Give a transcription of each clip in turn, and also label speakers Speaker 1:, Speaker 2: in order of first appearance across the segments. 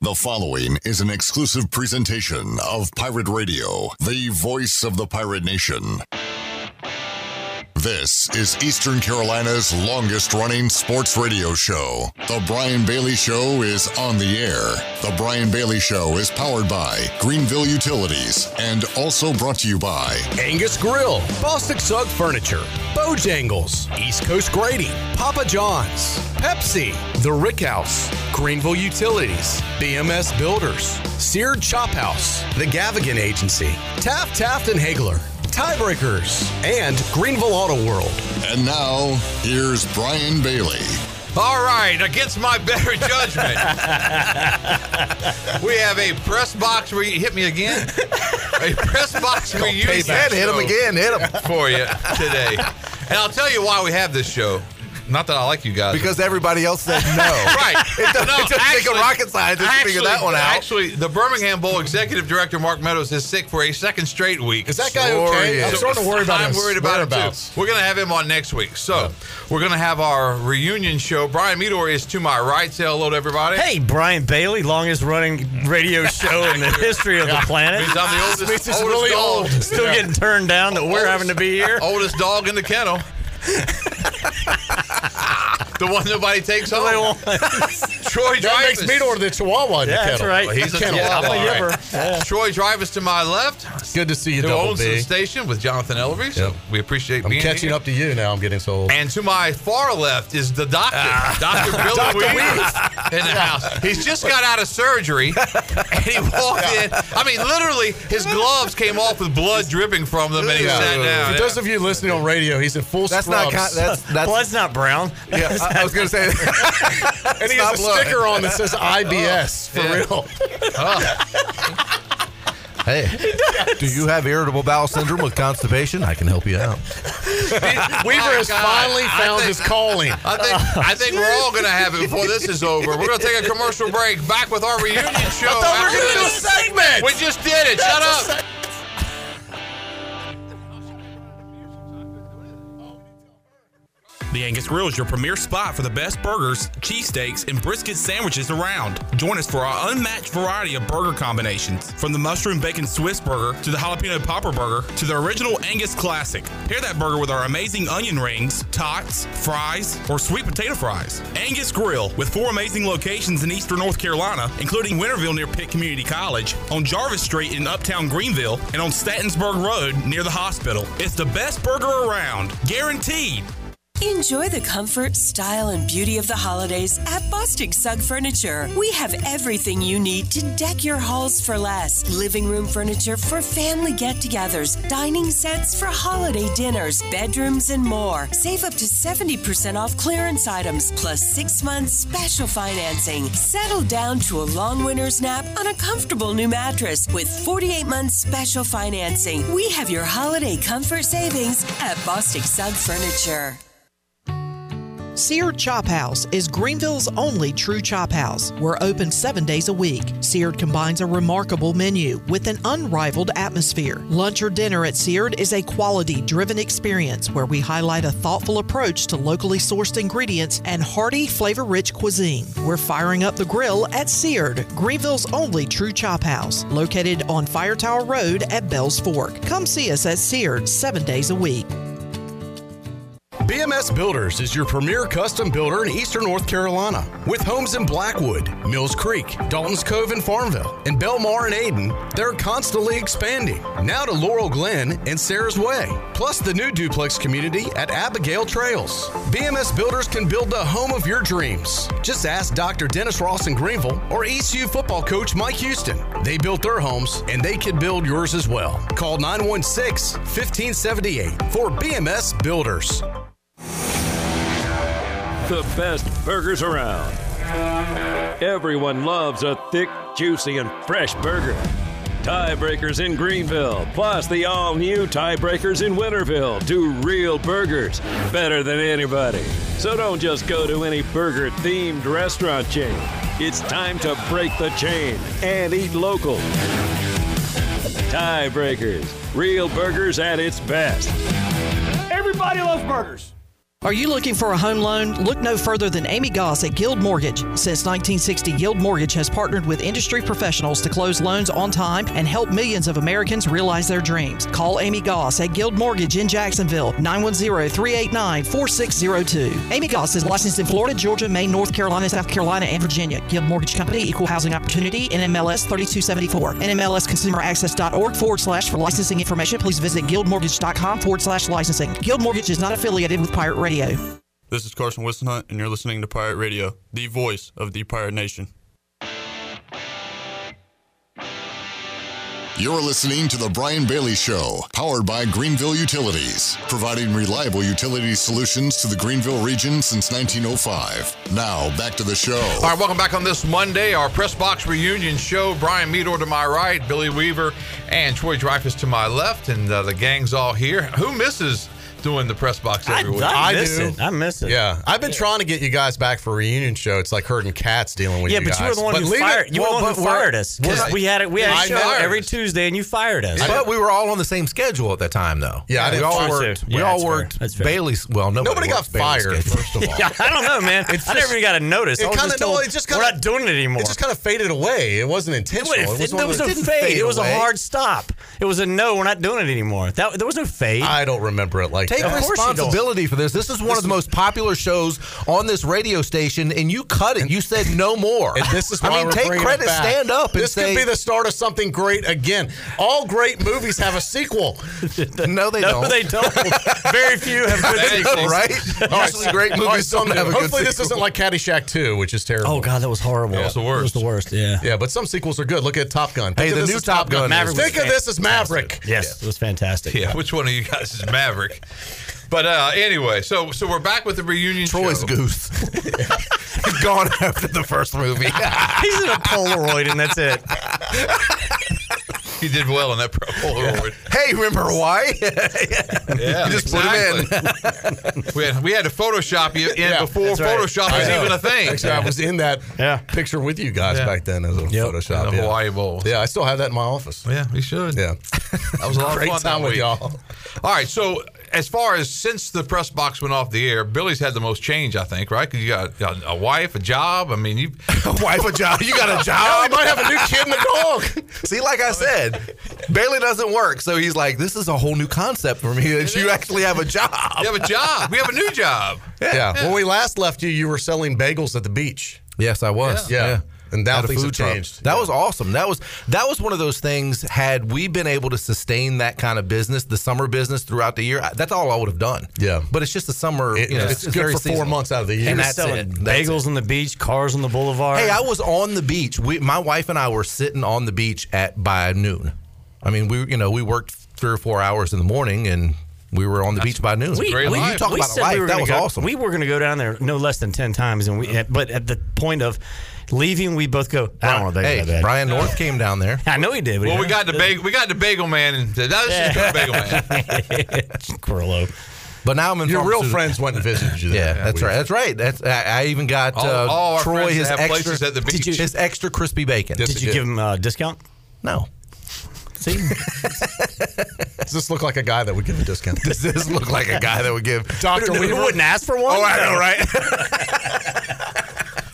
Speaker 1: The following is an exclusive presentation of Pirate Radio, the voice of the pirate nation. This is Eastern Carolina's longest running sports radio show. The Brian Bailey Show is on the air. The Brian Bailey Show is powered by Greenville Utilities and also brought to you by
Speaker 2: Angus Grill, Bostic Sug Furniture, Bojangles, East Coast Grading, Papa John's, Pepsi, The Rick House, Greenville Utilities, BMS Builders, Seared Chop House, The Gavigan Agency, Taft Taft and Hagler, Tiebreakers, and Greenville Auto World.
Speaker 1: And now, here's Brian Bailey.
Speaker 3: All right, against my better judgment, we have a press box. Re- hit me again. A press box reunion.
Speaker 4: Said hit him
Speaker 3: show
Speaker 4: again, hit him.
Speaker 3: for you today, and I'll tell you why we have this show. Not that I like you guys,
Speaker 4: Because everybody else said no.
Speaker 3: right?
Speaker 4: It doesn't,
Speaker 3: No,
Speaker 4: it doesn't take a
Speaker 3: actually-
Speaker 4: rocket scientist to figure that one out.
Speaker 3: Actually, the Birmingham Bowl executive director Mark Meadows is sick for a second straight week.
Speaker 5: Is that guy
Speaker 4: Sure
Speaker 5: okay?
Speaker 4: is.
Speaker 5: I'm starting to worry about
Speaker 3: I'm
Speaker 5: his
Speaker 3: worried about it
Speaker 5: whereabouts.
Speaker 3: too. We're going to have him on next week. So we're going to have our reunion show. Brian Meador is to my right. Say hello to everybody.
Speaker 6: Hey, Brian Bailey, longest running radio show in the history of the planet.
Speaker 3: Means I'm the oldest,
Speaker 5: This is
Speaker 3: oldest
Speaker 5: really
Speaker 3: dog,
Speaker 5: old.
Speaker 6: Still getting turned down that we're having to be here.
Speaker 3: oldest dog in the kennel. the one nobody takes home.
Speaker 6: They won't-
Speaker 3: Troy
Speaker 5: That
Speaker 3: Dreyfus.
Speaker 5: makes me order the Chihuahua. In
Speaker 6: Yeah,
Speaker 5: the
Speaker 6: that's
Speaker 5: kettle.
Speaker 6: right.
Speaker 3: He's a
Speaker 6: Kettle.
Speaker 3: chihuahua,
Speaker 6: I'm a
Speaker 3: all
Speaker 6: yipper.
Speaker 3: right. Troy Dreyfus to my left,
Speaker 5: Good to see you,
Speaker 3: who
Speaker 2: E.
Speaker 5: Double
Speaker 3: owns the
Speaker 5: B.
Speaker 3: station with Jonathan Ellery. So we appreciate
Speaker 5: I'm
Speaker 3: being
Speaker 5: catching
Speaker 3: here.
Speaker 5: up to you now. I'm getting so old.
Speaker 3: And to my far left is the doctor,
Speaker 5: Ah.
Speaker 3: Dr. Bill Weeks in the house. He's just got out of surgery and he walked in. I mean, literally, his gloves came off with blood dripping from them and he
Speaker 4: Yeah.
Speaker 3: sat down.
Speaker 5: For those of you listening on radio, he's in full
Speaker 4: That's not.
Speaker 5: scrubs.
Speaker 4: Con- that's that's.
Speaker 6: Blood's not brown.
Speaker 4: yeah, I, I was gonna say.
Speaker 5: and he
Speaker 4: not
Speaker 5: has a
Speaker 4: blood.
Speaker 5: sticker on that says
Speaker 6: Oh.
Speaker 5: IBS for
Speaker 3: Yeah.
Speaker 5: real.
Speaker 4: hey, do you have irritable bowel syndrome with constipation? I can help you out.
Speaker 5: Weaver
Speaker 3: My
Speaker 5: has
Speaker 3: Oh God.
Speaker 5: finally
Speaker 3: I
Speaker 5: found
Speaker 3: think-
Speaker 5: his calling.
Speaker 3: I think I think we're all gonna have it before this is over. We're gonna take a commercial break. Back with our reunion show. after this.
Speaker 5: segment.
Speaker 3: We just did it. Shut up.
Speaker 7: The Angus Grill is your premier spot for the best burgers, cheesesteaks, and brisket sandwiches around. Join us for our unmatched variety of burger combinations, from the mushroom bacon Swiss burger to the jalapeno popper burger to the original Angus classic. Pair that burger with our amazing onion rings, tots, fries, or sweet potato fries. Angus Grill, with four amazing locations in eastern North Carolina, including Winterville near Pitt Community College, on Jarvis Street in Uptown Greenville, and on Statensburg Road near the hospital. It's the best burger around, guaranteed.
Speaker 8: Enjoy the comfort, style, and beauty of the holidays at Bostic Sug Furniture. We have everything you need to deck your halls for less living room furniture for family get togethers, dining sets for holiday dinners, bedrooms, and more. Save up to 70% off clearance items, plus six months special financing. Settle down to a long winter's nap on a comfortable new mattress with 48 months special financing. We have your holiday comfort savings at Bostic Sug Furniture.
Speaker 9: Seared Chop House is Greenville's only true chop house. We're open seven days a week. Seared combines a remarkable menu with an unrivaled atmosphere. Lunch or dinner at Seared is a quality driven experience where we highlight a thoughtful approach to locally sourced ingredients and hearty, flavor rich cuisine. We're firing up the grill at Seared, Greenville's only true chop house, located on Fire Tower Road at Bells Fork. Come see us at Seared seven days a week.
Speaker 5: BMS Builders is your premier custom builder in eastern North Carolina. With homes in Blackwood, Mills Creek, Dalton's Cove and Farmville, and Belmar and Aden, they're constantly expanding. Now to Laurel Glen and Sarah's Way, plus the new duplex community at Abigail Trails. BMS Builders can build the home of your dreams. Just ask Dr. Dennis Ross in Greenville or ECU football coach Mike Houston. They built their homes and they can build yours as well. Call 916 1578 for BMS Builders.
Speaker 10: The best burgers around. Everyone loves a thick, juicy, and fresh burger. Tiebreakers in Greenville, plus the all new Tiebreakers in Winterville do real burgers better than anybody. So don't just go to any burger themed restaurant chain. It's time to break the chain and eat local. Tiebreakers, real burgers at its best. Everybody loves burgers.
Speaker 9: Are you looking for a home loan? Look no further than Amy Goss at Guild Mortgage. Since 1960, Guild Mortgage has partnered with industry professionals to close loans on time and help millions of Americans realize their dreams. Call Amy Goss at Guild Mortgage in Jacksonville, 910 389 4602. Amy Goss is licensed in Florida, Georgia, Maine, North Carolina, South Carolina, and Virginia. Guild Mortgage Company, Equal Housing Opportunity, NMLS 3274. NMLSconsumeraccess.org forward slash for licensing information. Please visit guildmortgage.com forward slash licensing. Guild Mortgage is not affiliated with Pirate Radio.
Speaker 11: This is Carson Wilson Hunt, and you're listening to Pirate Radio, the voice of the Pirate Nation.
Speaker 1: You're listening to The Brian Bailey Show, powered by Greenville Utilities, providing reliable utility solutions to the Greenville region since 1905. Now, back to the show.
Speaker 3: All right, welcome back on this Monday, our press box reunion show. Brian Meador to my right, Billy Weaver, and Troy Dreyfus to my left, and uh, the gang's all here. Who misses doing the press box every week?
Speaker 6: I miss it.
Speaker 5: Yeah, I've been trying to get you guys back for a reunion show. It's like herding cats dealing with
Speaker 6: yeah,
Speaker 5: you
Speaker 6: but
Speaker 5: guys.
Speaker 6: you were the one who
Speaker 5: leave it-
Speaker 6: fired. You were
Speaker 5: well,
Speaker 6: the one
Speaker 5: but
Speaker 6: who
Speaker 5: we're-
Speaker 6: fired us because
Speaker 5: we're-
Speaker 6: we had it. We had
Speaker 5: I
Speaker 6: a show
Speaker 5: know.
Speaker 6: every Tuesday, and you fired us.
Speaker 4: But we were all on the same schedule at that time, though.
Speaker 5: Yeah, I
Speaker 4: we
Speaker 5: didn't
Speaker 4: all
Speaker 5: try to.
Speaker 4: worked.
Speaker 5: Yeah,
Speaker 4: we all
Speaker 5: that's fair.
Speaker 4: worked
Speaker 5: That's fair.
Speaker 4: Bailey's. Well, nobody,
Speaker 5: Nobody
Speaker 4: worked
Speaker 5: got fired,
Speaker 4: Bailey's schedule.
Speaker 5: first of all.
Speaker 6: Yeah, I don't know, man.
Speaker 5: It's
Speaker 6: I
Speaker 5: just-
Speaker 6: never even got a notice.
Speaker 5: It
Speaker 6: I was
Speaker 5: kinda-
Speaker 6: just
Speaker 5: no,
Speaker 6: told,
Speaker 5: it just
Speaker 6: we're
Speaker 5: kinda-
Speaker 6: not doing it anymore.
Speaker 5: It just kind of faded away. It wasn't intentional.
Speaker 6: It,
Speaker 5: was
Speaker 6: was,
Speaker 5: one
Speaker 6: there
Speaker 5: of
Speaker 6: was
Speaker 5: those-
Speaker 6: no
Speaker 5: it didn't
Speaker 6: fade.
Speaker 5: fade
Speaker 6: It was
Speaker 5: away.
Speaker 6: a hard stop. It was a no. We're not doing it anymore. That there was no fade.
Speaker 5: I don't remember it like
Speaker 4: Take
Speaker 5: that.
Speaker 4: responsibility for this. This is one of the most popular shows on this radio station, and you cut it. You said no more.
Speaker 5: And this is why
Speaker 4: I mean,
Speaker 5: we're
Speaker 4: take
Speaker 5: bringing it
Speaker 4: credit,
Speaker 5: back.
Speaker 4: stand up, and
Speaker 5: This
Speaker 4: say
Speaker 5: could be the start of something great again. All great movies have a sequel.
Speaker 4: no. They
Speaker 6: no,
Speaker 4: don't.
Speaker 6: they don't. Very few have good
Speaker 3: Thanks.
Speaker 6: sequels.
Speaker 4: right? Usually great
Speaker 5: All
Speaker 4: movies
Speaker 5: right, so
Speaker 4: don't have a good
Speaker 5: Hopefully, this
Speaker 4: sequel.
Speaker 5: isn't like Caddyshack 2, which is terrible.
Speaker 6: Oh god, that was horrible.
Speaker 3: That was the
Speaker 6: It was
Speaker 3: worst.
Speaker 6: the worst. Yeah.
Speaker 5: Yeah, but some sequels are good. Look at Top Gun.
Speaker 4: Hey,
Speaker 5: Think of
Speaker 4: the
Speaker 5: this
Speaker 4: new
Speaker 5: as
Speaker 4: Top Gun
Speaker 6: Maverick was
Speaker 5: Think of this as Maverick.
Speaker 6: Yes, it was fantastic.
Speaker 3: Yeah, which one of you guys is Maverick? But uh, anyway, so so we're back with the reunion
Speaker 4: Troy's
Speaker 3: show.
Speaker 4: goose. He's gone after the first movie.
Speaker 6: He's in a Polaroid, and that's it.
Speaker 3: He did well in that pro- Polaroid.
Speaker 4: hey, remember why?
Speaker 3: Yeah,
Speaker 4: just put 'em
Speaker 3: in. we, had, we had to Photoshop you in before
Speaker 6: that's right.
Speaker 3: Photoshop
Speaker 5: I
Speaker 3: was
Speaker 5: know.
Speaker 3: even a thing.
Speaker 5: Actually, I was in that
Speaker 6: Yeah.
Speaker 5: picture with you guys
Speaker 3: Yeah.
Speaker 5: back then as a Photoshop.
Speaker 3: The
Speaker 5: yeah.
Speaker 3: Hawaii Bowl.
Speaker 5: Yeah, I still have that in my office.
Speaker 3: Yeah, we should.
Speaker 5: Yeah.
Speaker 3: That was a lot of
Speaker 5: Great
Speaker 3: fun that
Speaker 5: time with
Speaker 3: week.
Speaker 5: y'all.
Speaker 3: All right, so as far as since the press box went off the air, Billy's had the most change, I think, right? Because you got a, a wife, a job. I mean, you
Speaker 4: Wife a job. Oh, You got a job.
Speaker 5: I might have a new kid and a dog.
Speaker 4: See, like I said, Bailey doesn't work, so he's like, "This is a whole new concept for me that you actually have a job."
Speaker 3: you have a job. We have a new job.
Speaker 5: Yeah. When we last left you, you were selling bagels at the beach.
Speaker 4: Yes, I was.
Speaker 5: Yeah.
Speaker 4: Yeah.
Speaker 5: Yeah. And now
Speaker 4: At a
Speaker 5: things have
Speaker 4: truck.
Speaker 5: changed.
Speaker 4: That
Speaker 5: Yeah.
Speaker 4: was awesome. That was that was one of those things. Had we been able to sustain that kind of business, the summer business throughout the year, I- that's all I would have done.
Speaker 5: Yeah.
Speaker 4: but it's just the summer.
Speaker 5: It-
Speaker 4: you know,
Speaker 5: it's good
Speaker 4: very
Speaker 5: for four
Speaker 4: seasonal.
Speaker 5: months out of the year.
Speaker 4: And
Speaker 5: You're
Speaker 4: that's
Speaker 6: Selling
Speaker 4: it. That's
Speaker 6: bagels on the beach, cars on the boulevard.
Speaker 4: Hey, I was on the beach. We, my wife and I were sitting on the beach at by noon. I mean, we you know we worked three or four hours in the morning, and we were on the beach by noon.
Speaker 6: we,
Speaker 3: great
Speaker 6: we,
Speaker 3: life.
Speaker 4: you talk
Speaker 6: we
Speaker 4: about
Speaker 6: said
Speaker 4: life.
Speaker 6: we were
Speaker 4: that
Speaker 6: gonna
Speaker 4: was
Speaker 6: go-
Speaker 4: awesome.
Speaker 6: We were going to go down there no less than ten times, and we. But at the point of leaving, we both go. I don't want to
Speaker 4: hey,
Speaker 6: beg that bad.
Speaker 4: Brian North came down there.
Speaker 6: I know he did.
Speaker 3: Well, we got the bagel. We got the bagel man, and said, "No, this is the bagel man."
Speaker 6: Corlo.
Speaker 4: But now I'm in
Speaker 5: Your real
Speaker 4: pharmaceutical-
Speaker 5: friends went and visited you.
Speaker 4: Yeah,
Speaker 5: there.
Speaker 4: that's
Speaker 5: we-
Speaker 4: right. That's right. That's I, I even got
Speaker 3: All-
Speaker 4: uh,
Speaker 3: all our
Speaker 4: Troy
Speaker 3: friends
Speaker 4: his
Speaker 3: that have places
Speaker 4: extra
Speaker 3: at the beach.
Speaker 4: Did you- his extra crispy bacon.
Speaker 5: Yes,
Speaker 6: Did you
Speaker 5: did.
Speaker 6: give him uh, a discount?
Speaker 4: no.
Speaker 6: See,
Speaker 5: Does this look like a guy that would give a discount?
Speaker 4: Does this look like a guy that would give
Speaker 5: Dr.
Speaker 6: we
Speaker 5: Weaver?
Speaker 6: wouldn't ask for one.
Speaker 4: Oh, I know, right?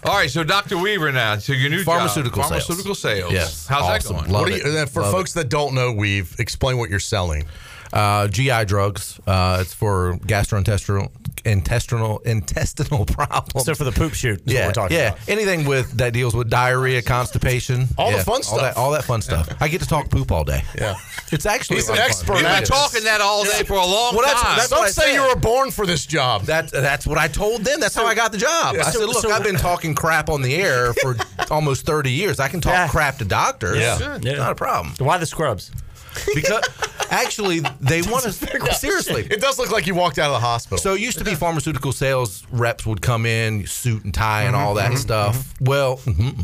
Speaker 3: All right, so Dr. Weaver now. So your new
Speaker 4: Pharmaceutical
Speaker 3: job,
Speaker 4: sales.
Speaker 3: pharmaceutical sales.
Speaker 4: Yes.
Speaker 3: how's
Speaker 4: Awesome.
Speaker 3: that going?
Speaker 4: Love
Speaker 5: What do
Speaker 4: it.
Speaker 5: you, uh, for
Speaker 4: Love
Speaker 5: folks that don't know, we've explain what you're selling.
Speaker 4: uh, GI drugs. Uh, it's for gastrointestinal, intestinal, intestinal problems.
Speaker 6: So for the poop shoot, is
Speaker 4: yeah,
Speaker 6: what we're talking
Speaker 4: yeah.
Speaker 6: about.
Speaker 4: Anything with that deals with diarrhea, constipation,
Speaker 5: All the
Speaker 4: Yeah,
Speaker 5: fun
Speaker 4: all
Speaker 5: stuff.
Speaker 4: that, all that fun stuff. I get to talk poop all day.
Speaker 5: Yeah.
Speaker 4: it's actually
Speaker 5: He's
Speaker 4: a lot of
Speaker 5: an
Speaker 4: fun.
Speaker 5: expert
Speaker 3: You've
Speaker 5: at
Speaker 3: been
Speaker 5: it.
Speaker 3: talking that all day for a long
Speaker 4: Well, that's-
Speaker 3: time.
Speaker 4: that's
Speaker 5: Some
Speaker 4: what I
Speaker 5: say you
Speaker 4: said.
Speaker 5: were born for this job.
Speaker 4: That, that's what I told them. That's how I got the job. I said,
Speaker 6: So-
Speaker 4: look,
Speaker 6: so-
Speaker 4: I've been talking crap on the air for almost 30 years. I can talk
Speaker 6: Yeah.
Speaker 4: crap to doctors.
Speaker 5: Yeah.
Speaker 4: It's
Speaker 5: Sure.
Speaker 4: Not a problem.
Speaker 6: Why the scrubs?
Speaker 4: Because actually, they want to. Seriously.
Speaker 5: It does look like you walked out of the hospital.
Speaker 4: So it used to be pharmaceutical sales reps would come in, suit and tie
Speaker 5: Mm-hmm,
Speaker 4: and all that stuff. Well, mhm,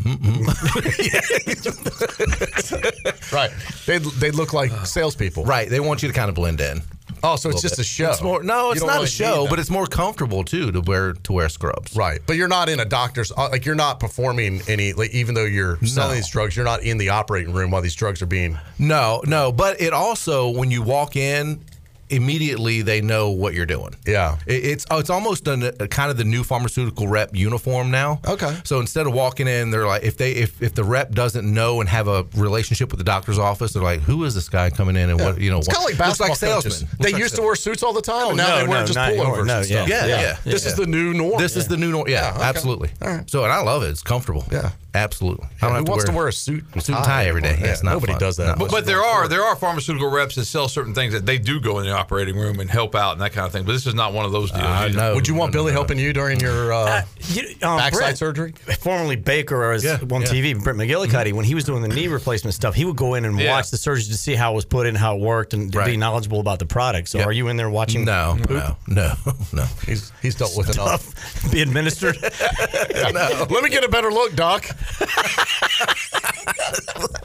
Speaker 4: mhm,
Speaker 5: right. They they look like salespeople.
Speaker 4: right. They want you to kind of blend in.
Speaker 5: Oh, so it's just a show.
Speaker 4: It's more, no,
Speaker 5: You
Speaker 4: it's
Speaker 5: don't
Speaker 4: not
Speaker 5: really
Speaker 4: a show,
Speaker 5: need
Speaker 4: but
Speaker 5: that.
Speaker 4: it's more comfortable too to wear to wear scrubs.
Speaker 5: right. But you're not in a doctor's uh, like you're not performing any like even though you're selling these drugs, you're not in the operating room while these drugs are being
Speaker 4: No, no, but it also when you walk in, immediately they know what you're doing.
Speaker 5: Yeah.
Speaker 4: It, it's oh, it's almost an, a, kind of the new pharmaceutical rep uniform now.
Speaker 5: Okay.
Speaker 4: So instead of walking in, they're like, if they if, if the rep doesn't know and have a relationship with the doctor's office, they're like, who is this guy coming in and what you know?
Speaker 5: It's
Speaker 4: what-
Speaker 5: kind of like
Speaker 4: looks
Speaker 5: basketball
Speaker 4: like salesman.
Speaker 5: coaches.
Speaker 4: Looks
Speaker 5: They
Speaker 4: like
Speaker 5: used to
Speaker 4: sal-
Speaker 5: wear suits all the time, and now
Speaker 6: no,
Speaker 5: they wear
Speaker 6: no,
Speaker 5: just
Speaker 6: not anymore.
Speaker 5: pullovers.
Speaker 6: No,
Speaker 5: and stuff.
Speaker 6: yeah,
Speaker 4: yeah, yeah.
Speaker 5: This is the new norm.
Speaker 4: This is the new norm. Yeah, absolutely. So and I love it. It's comfortable.
Speaker 5: Yeah.
Speaker 4: absolutely. I
Speaker 5: Who
Speaker 4: don't have to
Speaker 5: wants
Speaker 4: wear,
Speaker 5: to wear a suit and
Speaker 4: suit and tie every day.
Speaker 5: anymore?
Speaker 4: Yeah, it's not
Speaker 5: nobody
Speaker 4: fun.
Speaker 5: does that.
Speaker 4: No.
Speaker 3: But, but there are there are pharmaceutical reps that sell certain things that they do go in the operating room and help out and that kind of thing. But this is not one of those deals.
Speaker 4: I
Speaker 3: either.
Speaker 4: know.
Speaker 5: Would you want
Speaker 4: No, no,
Speaker 5: Billy
Speaker 4: no.
Speaker 5: helping you during your uh,
Speaker 6: You- um,
Speaker 5: backside
Speaker 6: Brent,
Speaker 5: surgery?
Speaker 6: Formerly Baker, or as
Speaker 4: Yeah,
Speaker 6: on
Speaker 4: yeah.
Speaker 6: TV, Brent McGillicuddy, when he was doing the knee replacement stuff, he would go in and
Speaker 3: Yeah.
Speaker 6: watch the surgery to see how it was put in, how it worked, and to be
Speaker 4: Right.
Speaker 6: knowledgeable about the product. So, are you in there watching?
Speaker 4: No, no, no, no.
Speaker 5: He's he's dealt with enough.
Speaker 6: Be administered.
Speaker 5: Let me get a better look, Doc.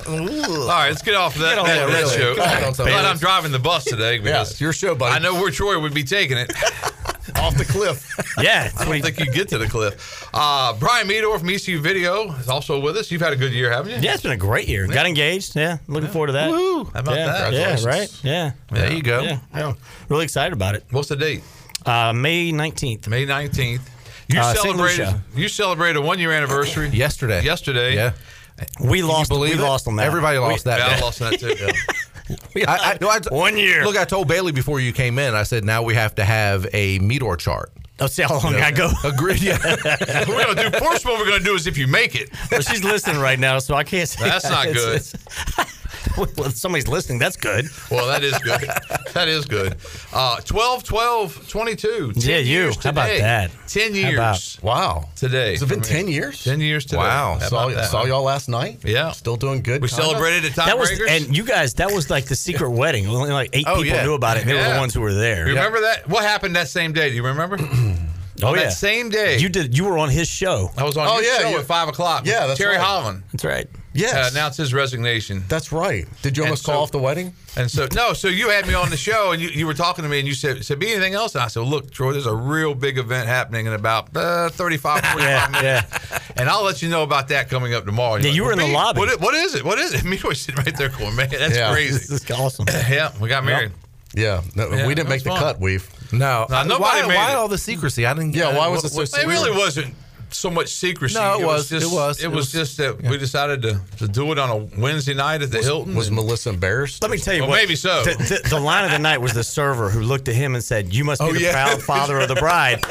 Speaker 3: All right, let's get off that,
Speaker 4: off that,
Speaker 3: that, that
Speaker 4: really.
Speaker 3: show.
Speaker 4: Go ahead on something
Speaker 3: Glad
Speaker 4: else.
Speaker 3: I'm driving the bus today because
Speaker 5: your show, buddy.
Speaker 3: I know where Troy would be taking it.
Speaker 5: Off the cliff.
Speaker 6: yeah, that's
Speaker 3: I
Speaker 6: what he-
Speaker 3: don't think you get to the cliff. Uh, Brian Meador from ECU Video is also with us. You've had a good year, haven't you?
Speaker 6: yeah, it's been a great year. Got engaged. Yeah, looking forward to that. Woo!
Speaker 3: How about
Speaker 6: yeah,
Speaker 3: that?
Speaker 6: Yeah,
Speaker 3: Congratulations.
Speaker 6: right. Yeah.
Speaker 4: There you go.
Speaker 6: Yeah, yeah. Really excited about it.
Speaker 3: What's the date?
Speaker 6: Uh, May 19th.
Speaker 3: May 19th. You
Speaker 6: Uh, Saint
Speaker 3: celebrated
Speaker 6: Lucia.
Speaker 3: you celebrated a one year anniversary
Speaker 4: Yesterday.
Speaker 3: Yesterday.
Speaker 4: Yeah.
Speaker 6: We lost.
Speaker 4: Believe
Speaker 6: we
Speaker 4: it?
Speaker 6: lost on that.
Speaker 4: Everybody lost that.
Speaker 3: Yeah,
Speaker 4: day.
Speaker 3: I lost that too.
Speaker 4: I, I, no, I,
Speaker 6: One year.
Speaker 4: Look, I told Bailey before you came in. I said now we have to have a meteor chart.
Speaker 6: Let's see how long I go.
Speaker 4: Agreed. Yeah.
Speaker 3: we're gonna do first one we're gonna do is if you make it.
Speaker 6: Well, she's listening right now, so I can't say
Speaker 3: That's
Speaker 6: that.
Speaker 3: not
Speaker 6: It's-
Speaker 3: good.
Speaker 6: it's- well, if somebody's listening. That's good.
Speaker 3: Well, that is good. that is good. Uh, 12, 12, 22. 10
Speaker 6: Yeah, you.
Speaker 3: years
Speaker 6: How about
Speaker 3: today.
Speaker 6: that?
Speaker 3: 10
Speaker 6: How
Speaker 3: years
Speaker 6: about-
Speaker 5: Wow.
Speaker 3: today.
Speaker 5: Has it been
Speaker 3: for me.
Speaker 5: 10 years?
Speaker 3: 10 years today.
Speaker 4: Wow.
Speaker 3: How
Speaker 5: Saw,
Speaker 3: about that?
Speaker 5: saw y'all last night.
Speaker 3: Yeah.
Speaker 5: Still doing good.
Speaker 3: We
Speaker 5: kinda?
Speaker 3: celebrated at
Speaker 6: That was
Speaker 3: Tiebreakers.
Speaker 6: and you guys. That was like the secret wedding. Only like eight
Speaker 4: Oh,
Speaker 6: people
Speaker 4: yeah.
Speaker 6: knew about it. and They were
Speaker 3: Yeah.
Speaker 6: the ones who were there.
Speaker 3: You remember that? What happened that same day? Do you remember?
Speaker 6: Oh yeah.
Speaker 3: That same day.
Speaker 6: You did. You were on his show.
Speaker 3: I was on
Speaker 5: Oh,
Speaker 3: your
Speaker 5: yeah,
Speaker 3: show
Speaker 5: you-
Speaker 3: at 5 o'clock.
Speaker 5: Yeah, that's
Speaker 3: Terry
Speaker 5: right.
Speaker 3: Holland
Speaker 6: That's right.
Speaker 3: uh,
Speaker 5: Yes.
Speaker 3: announced his resignation.
Speaker 5: That's right. Did you
Speaker 3: And
Speaker 5: almost call
Speaker 3: so-
Speaker 5: off the wedding?
Speaker 3: And so, no, so you had me on the show and you, you were talking to me and you said, said, be anything else? And I said, look, Troy, there's a real big event happening in about uh, 35, 45
Speaker 6: Yeah, yeah.
Speaker 3: And I'll let you know about that coming up tomorrow. And
Speaker 6: Yeah,
Speaker 3: you're
Speaker 6: you were in the
Speaker 3: "Well,
Speaker 6: lobby."
Speaker 3: What, i- what is it? What is it? Me was sitting right there going, man, that's
Speaker 5: Yeah.
Speaker 6: This
Speaker 3: crazy.
Speaker 6: is awesome.
Speaker 3: yeah, we got married.
Speaker 5: Yeah. No,
Speaker 3: Yeah,
Speaker 5: we
Speaker 3: that
Speaker 5: didn't make
Speaker 3: was
Speaker 5: the
Speaker 3: fun.
Speaker 5: cut, Weave.
Speaker 4: no.
Speaker 3: Now, nobody
Speaker 4: why
Speaker 3: made
Speaker 4: why
Speaker 3: it.
Speaker 4: all the secrecy? I didn't.
Speaker 5: Yeah,
Speaker 4: I-
Speaker 5: why was
Speaker 4: what-
Speaker 5: it so
Speaker 3: Uh, It really wasn't so much secrecy.
Speaker 4: No, it was.
Speaker 3: just,
Speaker 4: It was.
Speaker 3: It
Speaker 4: It
Speaker 3: was,
Speaker 4: was-
Speaker 3: just that we decided to, to do it on a Wednesday night at the Hilton.
Speaker 5: Was
Speaker 3: and-
Speaker 5: Melissa embarrassed?
Speaker 6: Let me tell you
Speaker 3: Well,
Speaker 6: what.
Speaker 3: maybe so.
Speaker 6: The, the- the line of the night was the server who looked at him and said, "You must
Speaker 3: Oh,
Speaker 6: be the proud father of the bride."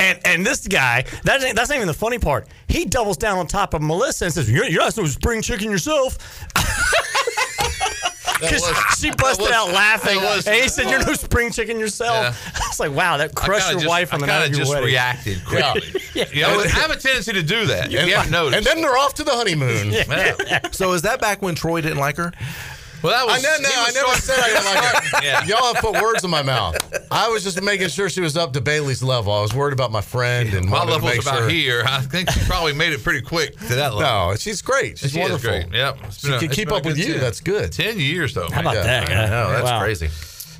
Speaker 6: And and this guy, that ain't, that's not even the funny part. He doubles down on top of Melissa and says, "You're, you're not no spring chicken yourself." Because she busted
Speaker 3: was-
Speaker 6: out laughing,
Speaker 3: that was-
Speaker 6: and he said, "You're no spring chicken yourself."
Speaker 3: Yeah.
Speaker 6: It's like, wow, that
Speaker 3: I
Speaker 6: crushed
Speaker 3: kinda
Speaker 6: your
Speaker 3: just-
Speaker 6: wife on the
Speaker 3: I kinda
Speaker 6: night of your
Speaker 3: just
Speaker 6: wedding.
Speaker 3: reacted quickly. yeah. I, would- I have a tendency to do that. If you haven't noticed.
Speaker 5: And then they're off to the honeymoon.
Speaker 3: Yeah.
Speaker 4: So is that back when Troy didn't like her?
Speaker 3: Well, that was.
Speaker 5: I, know, no,
Speaker 3: he
Speaker 5: I
Speaker 3: was
Speaker 5: never
Speaker 3: starting-
Speaker 5: said I didn't like her.
Speaker 3: Yeah.
Speaker 5: Y'all have put words in my mouth. I was just making sure she was up to Bailey's level. I was worried about my friend and
Speaker 3: My
Speaker 5: wanted to
Speaker 3: level's
Speaker 5: make
Speaker 3: about
Speaker 5: sure.
Speaker 3: here. I think she probably made it pretty quick to that level.
Speaker 5: No, she's great. She's
Speaker 3: She is
Speaker 5: wonderful.
Speaker 3: great. Yep. It's
Speaker 5: She
Speaker 3: been a-
Speaker 5: can
Speaker 3: it's
Speaker 5: keep
Speaker 3: been a
Speaker 5: up with
Speaker 3: good
Speaker 5: you.
Speaker 3: 10.
Speaker 5: That's good.
Speaker 3: Ten years though.
Speaker 6: How about
Speaker 5: Yeah.
Speaker 6: that? guy?
Speaker 4: No, that's
Speaker 6: Wow.
Speaker 4: crazy.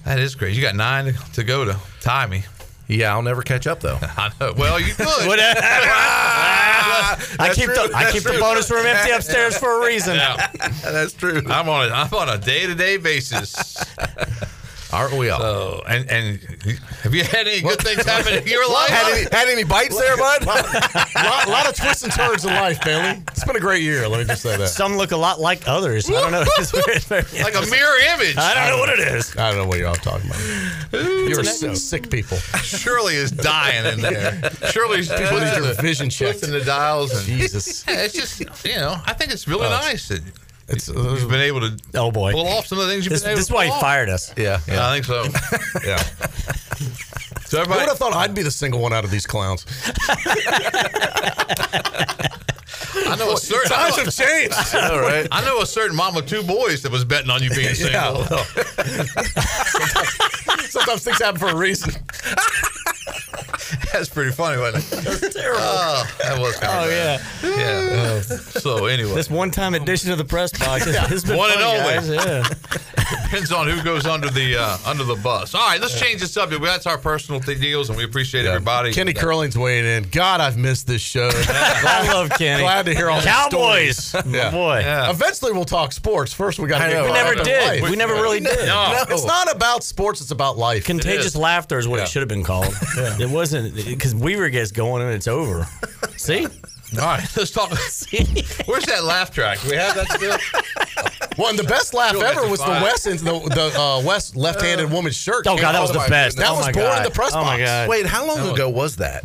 Speaker 3: That is crazy. You got nine to- to go to tie me.
Speaker 4: Yeah, I'll never catch up though.
Speaker 3: I know. Well, you
Speaker 6: What-
Speaker 3: could.
Speaker 6: I keep the I
Speaker 4: That's
Speaker 6: keep the
Speaker 4: true.
Speaker 6: bonus room empty upstairs for a reason.
Speaker 3: Yeah.
Speaker 4: That's true.
Speaker 3: I'm on. A, I'm on a day to day basis.
Speaker 4: Aren't we all?
Speaker 3: Oh, and and have you had any good things happen in your life?
Speaker 4: had, any, had any bites there, bud?
Speaker 5: A lot, lot of twists and turns in life, Bailey. It's been a great year. Let me just say that.
Speaker 6: Some look a lot like others. I don't know. It's very- it's very-
Speaker 3: like a mirror image.
Speaker 6: I don't know what it is.
Speaker 5: I don't know what you're all talking about. You're sick, sick people.
Speaker 3: Shirley is dying in there. Shirley's people
Speaker 5: What is
Speaker 3: are
Speaker 5: your vision checked?
Speaker 3: flipping the dials. And,
Speaker 5: Jesus. Oh,
Speaker 3: Yeah, it's just you know. I think it's really nice that
Speaker 5: It's, uh,
Speaker 3: you've been able to
Speaker 6: Oh boy.
Speaker 3: pull off some of the things you've
Speaker 6: This,
Speaker 3: been able
Speaker 6: this is
Speaker 3: to
Speaker 6: why he
Speaker 3: pull off.
Speaker 6: fired us.
Speaker 4: yeah.
Speaker 3: Yeah, I think so.
Speaker 5: yeah.
Speaker 3: So
Speaker 5: I would
Speaker 3: everybody,
Speaker 5: have thought I'd be the single one out of these clowns.
Speaker 3: I know a certain. I know,
Speaker 5: changed.
Speaker 4: All right.
Speaker 3: I know a certain mom with two boys that was betting on you being single.
Speaker 5: Sometimes things happen for a reason.
Speaker 3: That's pretty funny, wasn't it? That's terrible. Oh, that was. Kind
Speaker 6: Oh
Speaker 3: of
Speaker 6: yeah.
Speaker 3: yeah. So anyway,
Speaker 6: This one time edition of the press box. It's- it's been
Speaker 3: One
Speaker 6: fun,
Speaker 3: and
Speaker 6: guys. Yeah.
Speaker 3: depends on who goes under the uh, under the bus. All right, let's change the subject. Well, That's our personal th- deals, and we appreciate everybody.
Speaker 5: Kenny
Speaker 3: That-
Speaker 5: Curling's weighing in. God, I've missed this show.
Speaker 6: I love Kenny.
Speaker 5: Glad to hear all the
Speaker 6: Cowboys.
Speaker 5: stories.
Speaker 6: my boy.
Speaker 5: Eventually, we'll talk sports. First, we got to
Speaker 4: I
Speaker 5: get
Speaker 4: know.
Speaker 6: We
Speaker 5: caught
Speaker 6: never
Speaker 5: up in
Speaker 6: did.
Speaker 5: life.
Speaker 6: We never really did.
Speaker 5: No. It's not about sports. It's about life.
Speaker 6: Contagious laughter is what it should have been called. It wasn't because Weaver gets going and it's over. See,
Speaker 3: All right, let's talk. Where's that laugh track? We have that still.
Speaker 5: Well, and the best laugh
Speaker 3: You'll get
Speaker 5: ever
Speaker 3: to
Speaker 5: was the
Speaker 3: five.
Speaker 5: West the, the uh, West left-handed woman's shirt.
Speaker 6: Oh, God, that was the best.
Speaker 5: That
Speaker 6: Oh,
Speaker 5: was
Speaker 6: my
Speaker 5: born in
Speaker 6: God.
Speaker 5: the press
Speaker 6: Oh,
Speaker 5: box.
Speaker 6: my God.
Speaker 4: Wait, how long ago was that?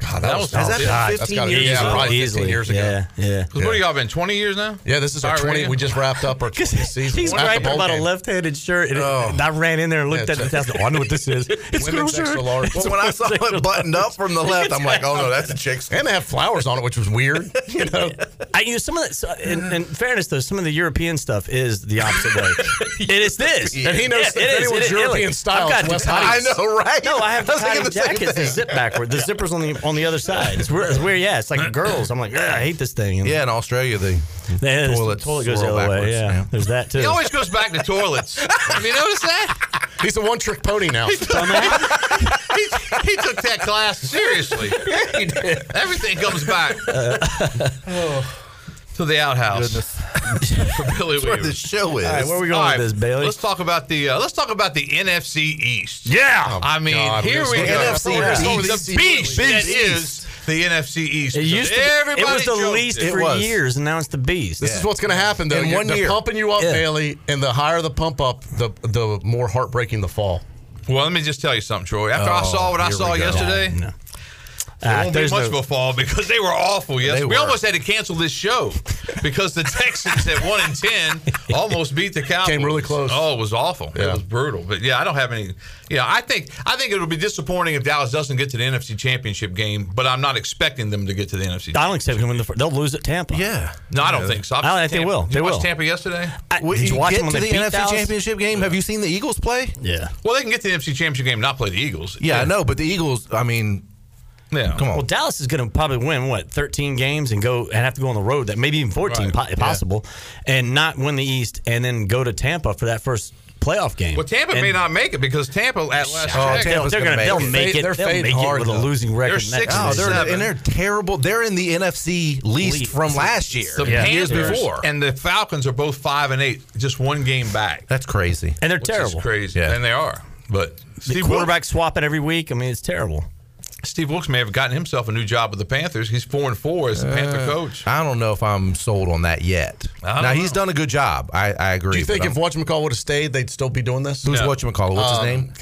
Speaker 5: God, that, was,
Speaker 6: was-
Speaker 5: has that
Speaker 6: God,
Speaker 5: been
Speaker 6: that's
Speaker 5: 15
Speaker 4: gotta be-
Speaker 5: years
Speaker 4: yeah,
Speaker 5: ago?
Speaker 4: probably
Speaker 5: Probably
Speaker 6: easily.
Speaker 5: 15 years ago.
Speaker 6: Yeah, yeah.
Speaker 3: What have y'all been? Twenty years now?
Speaker 5: Yeah, this is our
Speaker 3: Sorry,
Speaker 5: 20.
Speaker 3: radio.
Speaker 5: We just wrapped up our 20th season.
Speaker 6: He's
Speaker 5: At the
Speaker 6: griping
Speaker 5: bowl
Speaker 6: about
Speaker 5: game.
Speaker 6: a left-handed shirt, and, it- and I ran in there and looked
Speaker 5: Yeah,
Speaker 6: at it. And I, oh, I know what this is. It's
Speaker 5: Women's
Speaker 6: girl
Speaker 5: extra
Speaker 6: shirt.
Speaker 5: large.
Speaker 4: So when I saw it buttoned up from the left, I'm like, oh no, that's a chick's.
Speaker 5: And they have flowers on it, which was weird. You know,
Speaker 6: I, you know, some of that. so- In, in fairness, though, some of the European stuff is the opposite way. it is this,
Speaker 5: And he knows
Speaker 6: It- it
Speaker 5: if
Speaker 6: is,
Speaker 5: anyone's
Speaker 6: it is.
Speaker 5: Europeing style,
Speaker 6: I've got
Speaker 5: it's West
Speaker 6: Ducatis.
Speaker 5: Hotties.
Speaker 4: I know, right?
Speaker 6: No, I have
Speaker 4: was thinking
Speaker 6: Ducati
Speaker 4: the same
Speaker 6: jackets that
Speaker 4: thing.
Speaker 6: zip backward. The zipper's on the on the other side. It's weird. It's weird. Yeah, it's like girls. I'm like, "Ugh, I hate this thing. And
Speaker 4: Yeah, in Australia, the
Speaker 6: then it's-
Speaker 4: toilets
Speaker 6: the toilet goes the
Speaker 4: swirl
Speaker 6: other way.
Speaker 4: backwards,
Speaker 6: Yeah.
Speaker 4: yeah.
Speaker 6: there's that too.
Speaker 3: He always goes back to toilets. have you noticed that?
Speaker 5: He's a one-trick pony now.
Speaker 3: He, he took that class seriously. He did. Everything comes back. To the outhouse. For Billy
Speaker 4: where
Speaker 3: Weaver.
Speaker 4: the show is.
Speaker 6: All right, where are we going
Speaker 3: All
Speaker 6: with
Speaker 3: right,
Speaker 6: this, Bailey?
Speaker 3: Let's talk about the uh, let's talk about the NFC East.
Speaker 6: yeah.
Speaker 3: I mean,
Speaker 5: God,
Speaker 3: here
Speaker 5: we're
Speaker 3: we
Speaker 5: so-
Speaker 3: go.
Speaker 5: NFC
Speaker 3: the
Speaker 4: East.
Speaker 3: beast, that
Speaker 4: Beast.
Speaker 3: is the NFC East.
Speaker 6: It used to. Be,
Speaker 3: Everybody
Speaker 6: it was the
Speaker 3: joked
Speaker 6: least
Speaker 3: it.
Speaker 6: for
Speaker 4: was.
Speaker 6: years, and now it's the beast.
Speaker 5: This is what's going to happen, though.
Speaker 4: In
Speaker 5: You're-
Speaker 4: one
Speaker 5: they're
Speaker 4: year.
Speaker 5: pumping you up,
Speaker 6: Yeah.
Speaker 5: Bailey, and the higher the pump up, the the more heartbreaking the fall.
Speaker 3: Well, let me just tell you something, Troy. After I
Speaker 5: Oh,
Speaker 3: saw what I
Speaker 5: here we
Speaker 3: saw
Speaker 5: go.
Speaker 3: yesterday,
Speaker 6: No.
Speaker 3: There
Speaker 6: Ah,
Speaker 3: won't be
Speaker 6: there's
Speaker 3: much
Speaker 6: no-
Speaker 3: of a fall because they were awful yesterday. We
Speaker 5: were.
Speaker 3: almost had to cancel this show because the Texans at one and ten almost beat the Cowboys.
Speaker 5: Came really close.
Speaker 3: Oh, it was awful. It
Speaker 5: Yeah.
Speaker 3: was brutal. But yeah, I don't have any. Yeah, I think I think it'll be disappointing if Dallas doesn't get to the NFC Championship game. But I'm not expecting them to get to the NFC.
Speaker 6: I don't accept him in the. fir- They'll lose at Tampa.
Speaker 4: Yeah.
Speaker 3: No, I don't think so.
Speaker 6: I think they
Speaker 3: Tampa-
Speaker 6: will.
Speaker 3: Did
Speaker 6: They
Speaker 3: you watch
Speaker 6: will.
Speaker 3: Tampa yesterday?
Speaker 6: I,
Speaker 4: Would
Speaker 6: did you watch
Speaker 4: get
Speaker 6: them when
Speaker 4: to
Speaker 6: they
Speaker 4: the
Speaker 6: beat
Speaker 4: NFC
Speaker 6: Dallas?
Speaker 4: Championship game? Have you seen the Eagles play?
Speaker 6: Yeah.
Speaker 3: Well, they can get to the NFC Championship game and not play the Eagles.
Speaker 4: Yeah, I know, but the Eagles. I mean,
Speaker 3: Yeah.
Speaker 4: come on.
Speaker 6: Well, Dallas is going to probably win what 13 games and go and have to go on the road that maybe even 14 po- possible, and not win the East and then go to Tampa for that first playoff game.
Speaker 3: Well, Tampa
Speaker 6: And
Speaker 3: may not make it because Tampa at last
Speaker 4: Oh,
Speaker 3: check.
Speaker 6: They'll,
Speaker 4: Tampa's
Speaker 6: they're
Speaker 4: gonna
Speaker 6: going to they'll
Speaker 4: make it.
Speaker 6: make
Speaker 5: They-
Speaker 6: it.
Speaker 5: they're
Speaker 6: They'll
Speaker 5: fading
Speaker 6: make it
Speaker 5: hard,
Speaker 6: with a
Speaker 5: though.
Speaker 6: losing record.
Speaker 3: They're
Speaker 6: next-
Speaker 3: six and
Speaker 4: oh, they're
Speaker 3: seven.
Speaker 4: and they're terrible. They're in the NFC least
Speaker 6: Least.
Speaker 4: from last year.
Speaker 3: The
Speaker 4: years
Speaker 3: Panthers
Speaker 4: before.
Speaker 3: and the Falcons are both five and eight, just one game back.
Speaker 4: That's crazy.
Speaker 6: and they're
Speaker 3: which
Speaker 6: terrible.
Speaker 3: Is crazy,
Speaker 4: Yeah.
Speaker 3: and they are. But
Speaker 6: The
Speaker 3: Steve
Speaker 6: quarterback
Speaker 3: Wilkes,
Speaker 6: swapping every week. I mean, it's terrible.
Speaker 3: Steve Wilkes may have gotten himself a new job with the Panthers. He's four and four as the Panther coach.
Speaker 4: Uh, I don't know if I'm sold on that yet.
Speaker 3: I don't
Speaker 4: Now he's
Speaker 3: know.
Speaker 4: done a good job. I, I agree.
Speaker 5: Do you think
Speaker 4: but
Speaker 5: if
Speaker 4: I'm-
Speaker 5: Watch McCall would have stayed, they'd still be doing this? Uh,
Speaker 4: who's
Speaker 3: Yeah.
Speaker 4: what you call What's his name?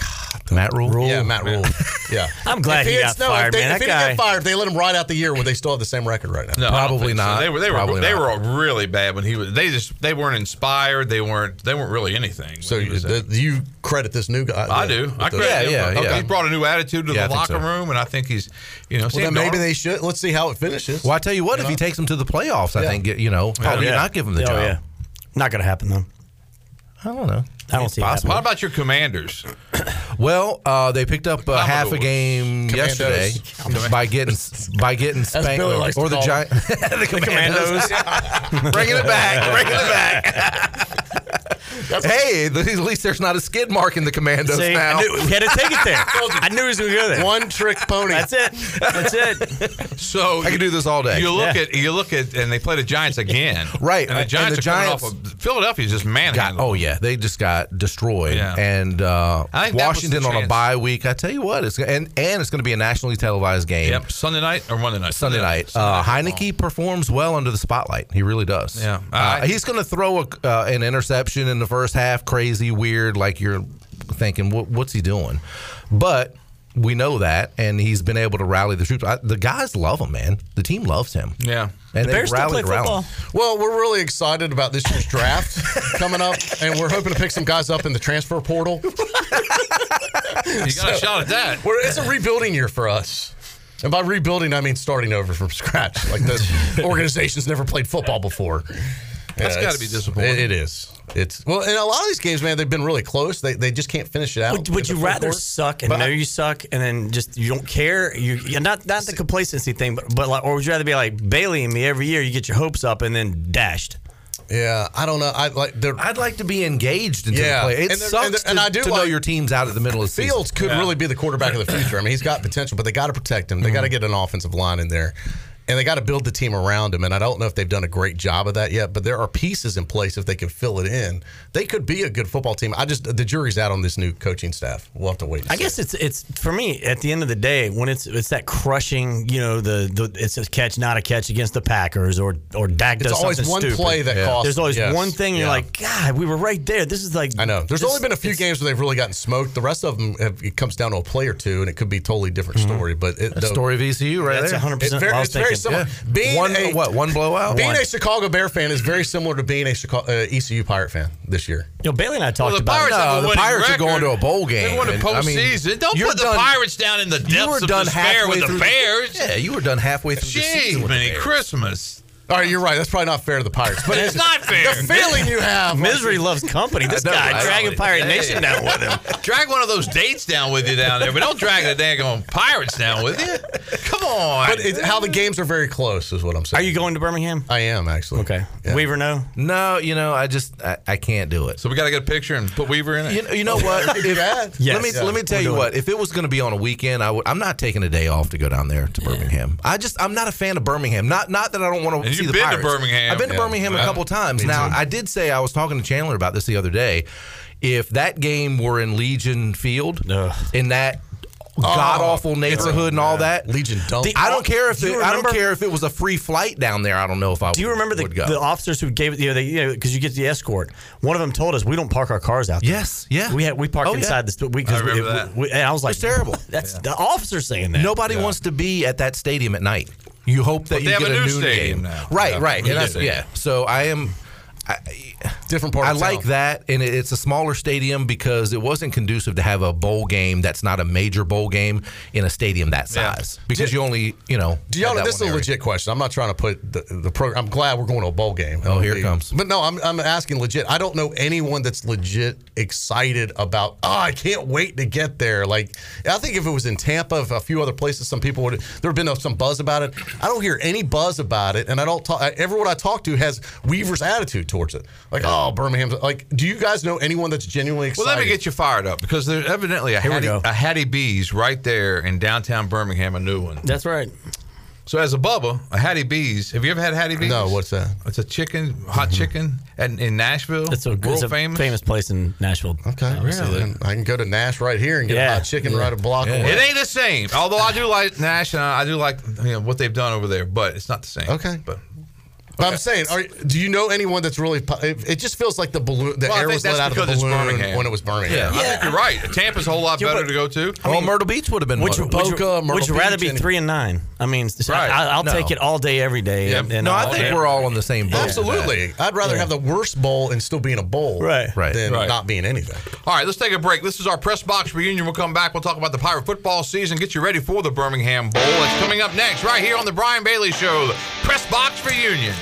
Speaker 4: Matt Rule.
Speaker 5: Yeah, Matt Rule. Yeah.
Speaker 6: I'm glad
Speaker 5: If
Speaker 6: he
Speaker 5: had-
Speaker 6: got
Speaker 5: no,
Speaker 6: fired,
Speaker 5: if they,
Speaker 6: man.
Speaker 5: If
Speaker 6: That
Speaker 5: he didn't
Speaker 6: guy.
Speaker 5: get fired, if they let him ride out the year, would they still have the same record right now?
Speaker 3: No, I don't
Speaker 4: probably
Speaker 3: think
Speaker 4: not.
Speaker 3: They were they were
Speaker 4: Probably
Speaker 3: they
Speaker 4: not.
Speaker 3: were really bad when he was. They just they weren't inspired. They weren't they weren't really anything. when
Speaker 5: So
Speaker 3: he
Speaker 5: you,
Speaker 3: was there.
Speaker 5: the, Uh, you credit this new guy?
Speaker 3: I do. I credit
Speaker 4: Yeah,
Speaker 3: him.
Speaker 4: yeah,
Speaker 3: I think
Speaker 4: yeah.
Speaker 3: He brought a new attitude to
Speaker 4: Yeah, I
Speaker 3: the
Speaker 4: think
Speaker 3: locker
Speaker 4: so.
Speaker 3: room, and I think he's you know.
Speaker 5: Well,
Speaker 3: Sam
Speaker 5: then maybe
Speaker 3: Darnold-
Speaker 5: they should. Let's see how it finishes.
Speaker 4: Well, I tell you what, if he takes him to the playoffs, I
Speaker 5: Yeah.
Speaker 4: think you know, how do you not give him the
Speaker 6: oh,
Speaker 4: job?
Speaker 6: Yeah. Not going to happen though.
Speaker 4: I don't know.
Speaker 6: I don't see it
Speaker 4: possible.
Speaker 3: What about your Commanders?
Speaker 4: Well, uh, they picked up uh, half a
Speaker 3: Commodores.
Speaker 4: game
Speaker 5: Commandos.
Speaker 4: yesterday by getting by getting spanked
Speaker 5: Billy likes to
Speaker 4: or the
Speaker 5: call
Speaker 4: giant the commandos, bringing it back, bringing it back. hey, at least there's not a skid mark in the commandos
Speaker 6: See,
Speaker 4: now.
Speaker 6: I knew, we had to take it there. I knew he was going to go there.
Speaker 5: One trick pony.
Speaker 6: That's it. That's it.
Speaker 3: So
Speaker 4: I could do this all day.
Speaker 3: You look
Speaker 6: Yeah.
Speaker 3: at you look at and they play the Giants again,
Speaker 4: Right,
Speaker 3: And the
Speaker 4: and
Speaker 3: Giants
Speaker 4: the
Speaker 3: are coming
Speaker 4: Giants-
Speaker 3: off of Philadelphia's just
Speaker 4: Got,
Speaker 3: manhandled.
Speaker 4: oh yeah, they just got destroyed,
Speaker 3: Yeah.
Speaker 4: and uh,
Speaker 3: I think that was the
Speaker 4: Washington on a
Speaker 3: chance.
Speaker 4: bye week. I tell you what, it's and and it's going to be a nationally televised game.
Speaker 3: Yep, Sunday night or Monday night.
Speaker 4: Sunday night. Uh, Heineke performs well under the spotlight. He really does.
Speaker 3: Yeah.
Speaker 4: Uh,
Speaker 3: I-
Speaker 4: he's going to throw a, uh, an interception in the first half, crazy, weird, like you're thinking, what, what's he doing? But we know that, and he's been able to rally the troops. I, the guys love him, man. The team loves him.
Speaker 3: Yeah.
Speaker 4: And they
Speaker 6: Bears still play
Speaker 4: rallied around.
Speaker 6: football.
Speaker 4: him.
Speaker 5: Well, we're really excited about this year's draft coming up, and we're hoping to pick some guys up in the transfer portal.
Speaker 3: You got a shot at that.
Speaker 5: We're, it's a rebuilding year for us. And by rebuilding, I mean starting over from scratch. Like the organization's never played football before. That's
Speaker 3: gotta be disappointing.
Speaker 5: it is. It's well, and a lot of these games, man, they've been really close. They, they just can't finish it out.
Speaker 6: Would, would
Speaker 5: in
Speaker 6: you
Speaker 5: the fourth
Speaker 6: rather
Speaker 5: quarter.
Speaker 6: suck and
Speaker 5: But
Speaker 6: know
Speaker 5: I-
Speaker 6: you suck and then just you don't care? You you're not not the complacency thing, but but like, or would you rather be like Bailey and me every year? You get your hopes up and then dashed.
Speaker 5: Yeah, I don't know. I like they're
Speaker 4: I'd like to be engaged into
Speaker 5: Yeah.
Speaker 4: the play. It
Speaker 5: And there-
Speaker 4: sucks
Speaker 5: and there-
Speaker 4: to,
Speaker 5: and I do
Speaker 4: to know
Speaker 5: like-
Speaker 4: your team's out at the middle of the season.
Speaker 5: Fields could really be the quarterback of the future. I mean, he's got potential, but they got to protect him. They got to
Speaker 6: Mm-hmm.
Speaker 5: get an offensive line in there, and they got to build the team around him. And I don't know if they've done a great job of that yet, but there are pieces in place if they can fill it in. They could be a good football team. I just the jury's out on this new coaching staff. We'll have to wait. and
Speaker 6: I
Speaker 5: see.
Speaker 6: guess it's it's for me at the end of the day when it's it's that crushing you know the, the it's a catch not a catch against the Packers or or Dak
Speaker 5: it's
Speaker 6: does
Speaker 5: always
Speaker 6: something
Speaker 5: one
Speaker 6: stupid.
Speaker 5: play that costs.
Speaker 6: There's always
Speaker 5: yes,
Speaker 6: one thing you're
Speaker 5: yeah.
Speaker 6: like God we were right there. This is like
Speaker 5: I know. There's
Speaker 6: this-
Speaker 5: only been a few
Speaker 6: it's-
Speaker 5: games where they've really gotten smoked. The rest of them, have, it comes down to a play or two, and it could be a totally different story. But it,
Speaker 4: The
Speaker 5: though-
Speaker 4: story of ECU right
Speaker 6: Mm-hmm. That's
Speaker 4: there.
Speaker 6: 100.
Speaker 5: It's
Speaker 6: percent
Speaker 5: very, it's very similar. Being
Speaker 4: One-
Speaker 5: a,
Speaker 4: what, one blowout?
Speaker 5: Being
Speaker 4: One.
Speaker 5: a Chicago Bear fan is very similar to being a Chicago, uh,
Speaker 6: E
Speaker 5: ECU Pirate fan this year.
Speaker 6: You know, Bailey and I talked
Speaker 3: the
Speaker 6: about
Speaker 3: Pirates
Speaker 6: it.
Speaker 3: have a
Speaker 4: No, the
Speaker 3: winning
Speaker 4: Pirates are
Speaker 3: record.
Speaker 4: going to a bowl
Speaker 3: They
Speaker 4: game,
Speaker 3: won a
Speaker 4: and, I mean,
Speaker 3: postseason. Don't
Speaker 4: you're
Speaker 3: put the
Speaker 4: done-
Speaker 3: Pirates down in the
Speaker 4: You were
Speaker 3: depths of
Speaker 4: done
Speaker 3: despair
Speaker 4: halfway
Speaker 3: with
Speaker 4: through
Speaker 3: the Bears.
Speaker 4: Yeah, you were done halfway through the
Speaker 3: Jeez,
Speaker 4: season. with the
Speaker 3: many
Speaker 4: Bears.
Speaker 3: Christmas.
Speaker 5: All right, you're right. That's probably not fair to the Pirates, but
Speaker 3: It's not fair.
Speaker 5: The feeling you have,
Speaker 6: Misery loves company. This
Speaker 4: know,
Speaker 6: guy
Speaker 4: right?
Speaker 6: dragging Pirate Nation down with him.
Speaker 3: Drag one of those dates down with you down there, but don't drag the daggone Pirates down with you. Come on.
Speaker 5: but it's how the games are very close is what I'm saying.
Speaker 6: Are you going to Birmingham?
Speaker 5: I am actually.
Speaker 6: Okay,
Speaker 5: Yeah.
Speaker 6: Weaver, no.
Speaker 4: No, you know, I just I, I can't do it.
Speaker 3: so we got to get a picture and put Weaver in it.
Speaker 4: You know, you know what? If-
Speaker 6: Yes.
Speaker 4: let me
Speaker 6: Yeah.
Speaker 4: let me tell
Speaker 6: We're
Speaker 4: you
Speaker 6: doing
Speaker 4: what. If it was going to be on a weekend, I would. I'm not taking a day off to go down there to Birmingham. I just I'm not a fan of Birmingham. Not not that I don't want to
Speaker 3: And
Speaker 4: see
Speaker 3: you've
Speaker 4: the
Speaker 3: been to
Speaker 4: Pirates.
Speaker 3: Birmingham.
Speaker 4: I've been to
Speaker 3: Yeah.
Speaker 4: Birmingham a couple times. Now I did say I was talking to Chandler about this the other day. If that game were in Legion Field,
Speaker 6: Ugh.
Speaker 4: in that
Speaker 3: Oh,
Speaker 4: god awful neighborhood and all that,
Speaker 5: Legion Dump?
Speaker 6: The-
Speaker 4: I don't care if
Speaker 6: Do
Speaker 4: it,
Speaker 6: you
Speaker 4: I don't
Speaker 6: remember-
Speaker 4: care if it was a free flight down there. I don't know if I.
Speaker 6: Do you remember the,
Speaker 4: would go.
Speaker 6: the officers who gave it? You know, they, you know, because you get the escort. One of them told us we don't park our cars out. there.
Speaker 4: Yes, yeah.
Speaker 6: We had we parked
Speaker 4: Oh, yeah.
Speaker 6: inside the st- we, 'cause
Speaker 3: I remember
Speaker 6: we-
Speaker 3: that.
Speaker 6: we- and I was like,
Speaker 4: It's terrible.
Speaker 6: That's the officer saying that.
Speaker 4: Nobody wants to be at that stadium at night. You hope that
Speaker 3: But
Speaker 4: you
Speaker 3: they have
Speaker 4: get
Speaker 3: a
Speaker 4: a,
Speaker 3: new
Speaker 4: noon game.
Speaker 3: stadium now.
Speaker 4: Right,
Speaker 3: Yeah.
Speaker 4: right. And
Speaker 3: Yeah.
Speaker 4: that's- yeah. So I am.
Speaker 5: Different part.
Speaker 4: I
Speaker 5: of
Speaker 4: like
Speaker 5: town.
Speaker 4: that, and it- it's a smaller stadium because it wasn't conducive to have a bowl game that's not a major bowl game in a stadium that
Speaker 3: Yeah.
Speaker 4: size because you only you know.
Speaker 5: Do y'all
Speaker 4: had
Speaker 5: know
Speaker 4: that
Speaker 5: this is a
Speaker 4: one area.
Speaker 5: legit question? I'm not trying to put the, the program. I'm glad we're going to a bowl game.
Speaker 4: Oh, here it
Speaker 5: Be-
Speaker 4: comes.
Speaker 5: But no, I'm, I'm asking legit. I don't know anyone that's legit excited about, oh, I can't wait to get there. Like, I think if it was in Tampa, if a few other places, some people would, there have been uh, some buzz about it. I don't hear any buzz about it. And I don't talk, I- everyone I talk to has Weaver's attitude towards it. Like, oh, Birmingham's, like, do you guys know anyone that's genuinely excited?
Speaker 3: Well, let me get you fired up because there's evidently a
Speaker 6: we
Speaker 3: Hattie,
Speaker 6: go.
Speaker 3: a Hattie B's right there in downtown Birmingham, a new one.
Speaker 6: That's right.
Speaker 3: So as a bubba, a Hattie B's. Have you ever had Hattie B's?
Speaker 5: No, what's that?
Speaker 3: It's a chicken, hot chicken, and in Nashville.
Speaker 6: Mm-hmm. That's a,
Speaker 3: world
Speaker 6: it's a
Speaker 3: famous.
Speaker 6: famous. place in Nashville.
Speaker 5: Okay, really? I can go to Nash right here and get
Speaker 6: Yeah.
Speaker 5: a hot chicken right a block away.
Speaker 3: It ain't the same. Although I do like Nash and I do like you know, what they've done over there, but it's not the same.
Speaker 5: Okay.
Speaker 3: but
Speaker 5: But I'm saying, are, do you know anyone that's really? po- It, it just feels like the balloon, the
Speaker 3: Well, I
Speaker 5: air
Speaker 3: think
Speaker 5: was let
Speaker 3: that's
Speaker 5: out of the
Speaker 3: because it's
Speaker 5: balloon
Speaker 3: Birmingham.
Speaker 5: when it was Birmingham.
Speaker 4: Yeah.
Speaker 3: I think you're right. Tampa's a whole lot better to go to.
Speaker 4: Well, Myrtle Beach would have been
Speaker 6: Which
Speaker 4: one.
Speaker 6: would you,
Speaker 5: Boca, Myrtle
Speaker 6: would you rather
Speaker 5: Beach,
Speaker 6: be
Speaker 5: and-
Speaker 6: three and nine? I mean, s-
Speaker 3: Right.
Speaker 6: I, I'll
Speaker 4: No.
Speaker 6: take it all day, every day.
Speaker 3: Yeah.
Speaker 6: And, and
Speaker 4: no, I
Speaker 6: all-
Speaker 4: think we're all on the same boat. with that.
Speaker 5: Absolutely, I'd rather have the worst bowl and still be in a bowl,
Speaker 6: Right.
Speaker 4: Right.
Speaker 5: than
Speaker 3: Right.
Speaker 5: not being anything.
Speaker 3: All right, let's take a break. This is our press box reunion. We'll come back. We'll talk about the Pirate football season. Get you ready for the Birmingham Bowl. That's coming up next, right here on the Brian Bailey Show. The press box reunion.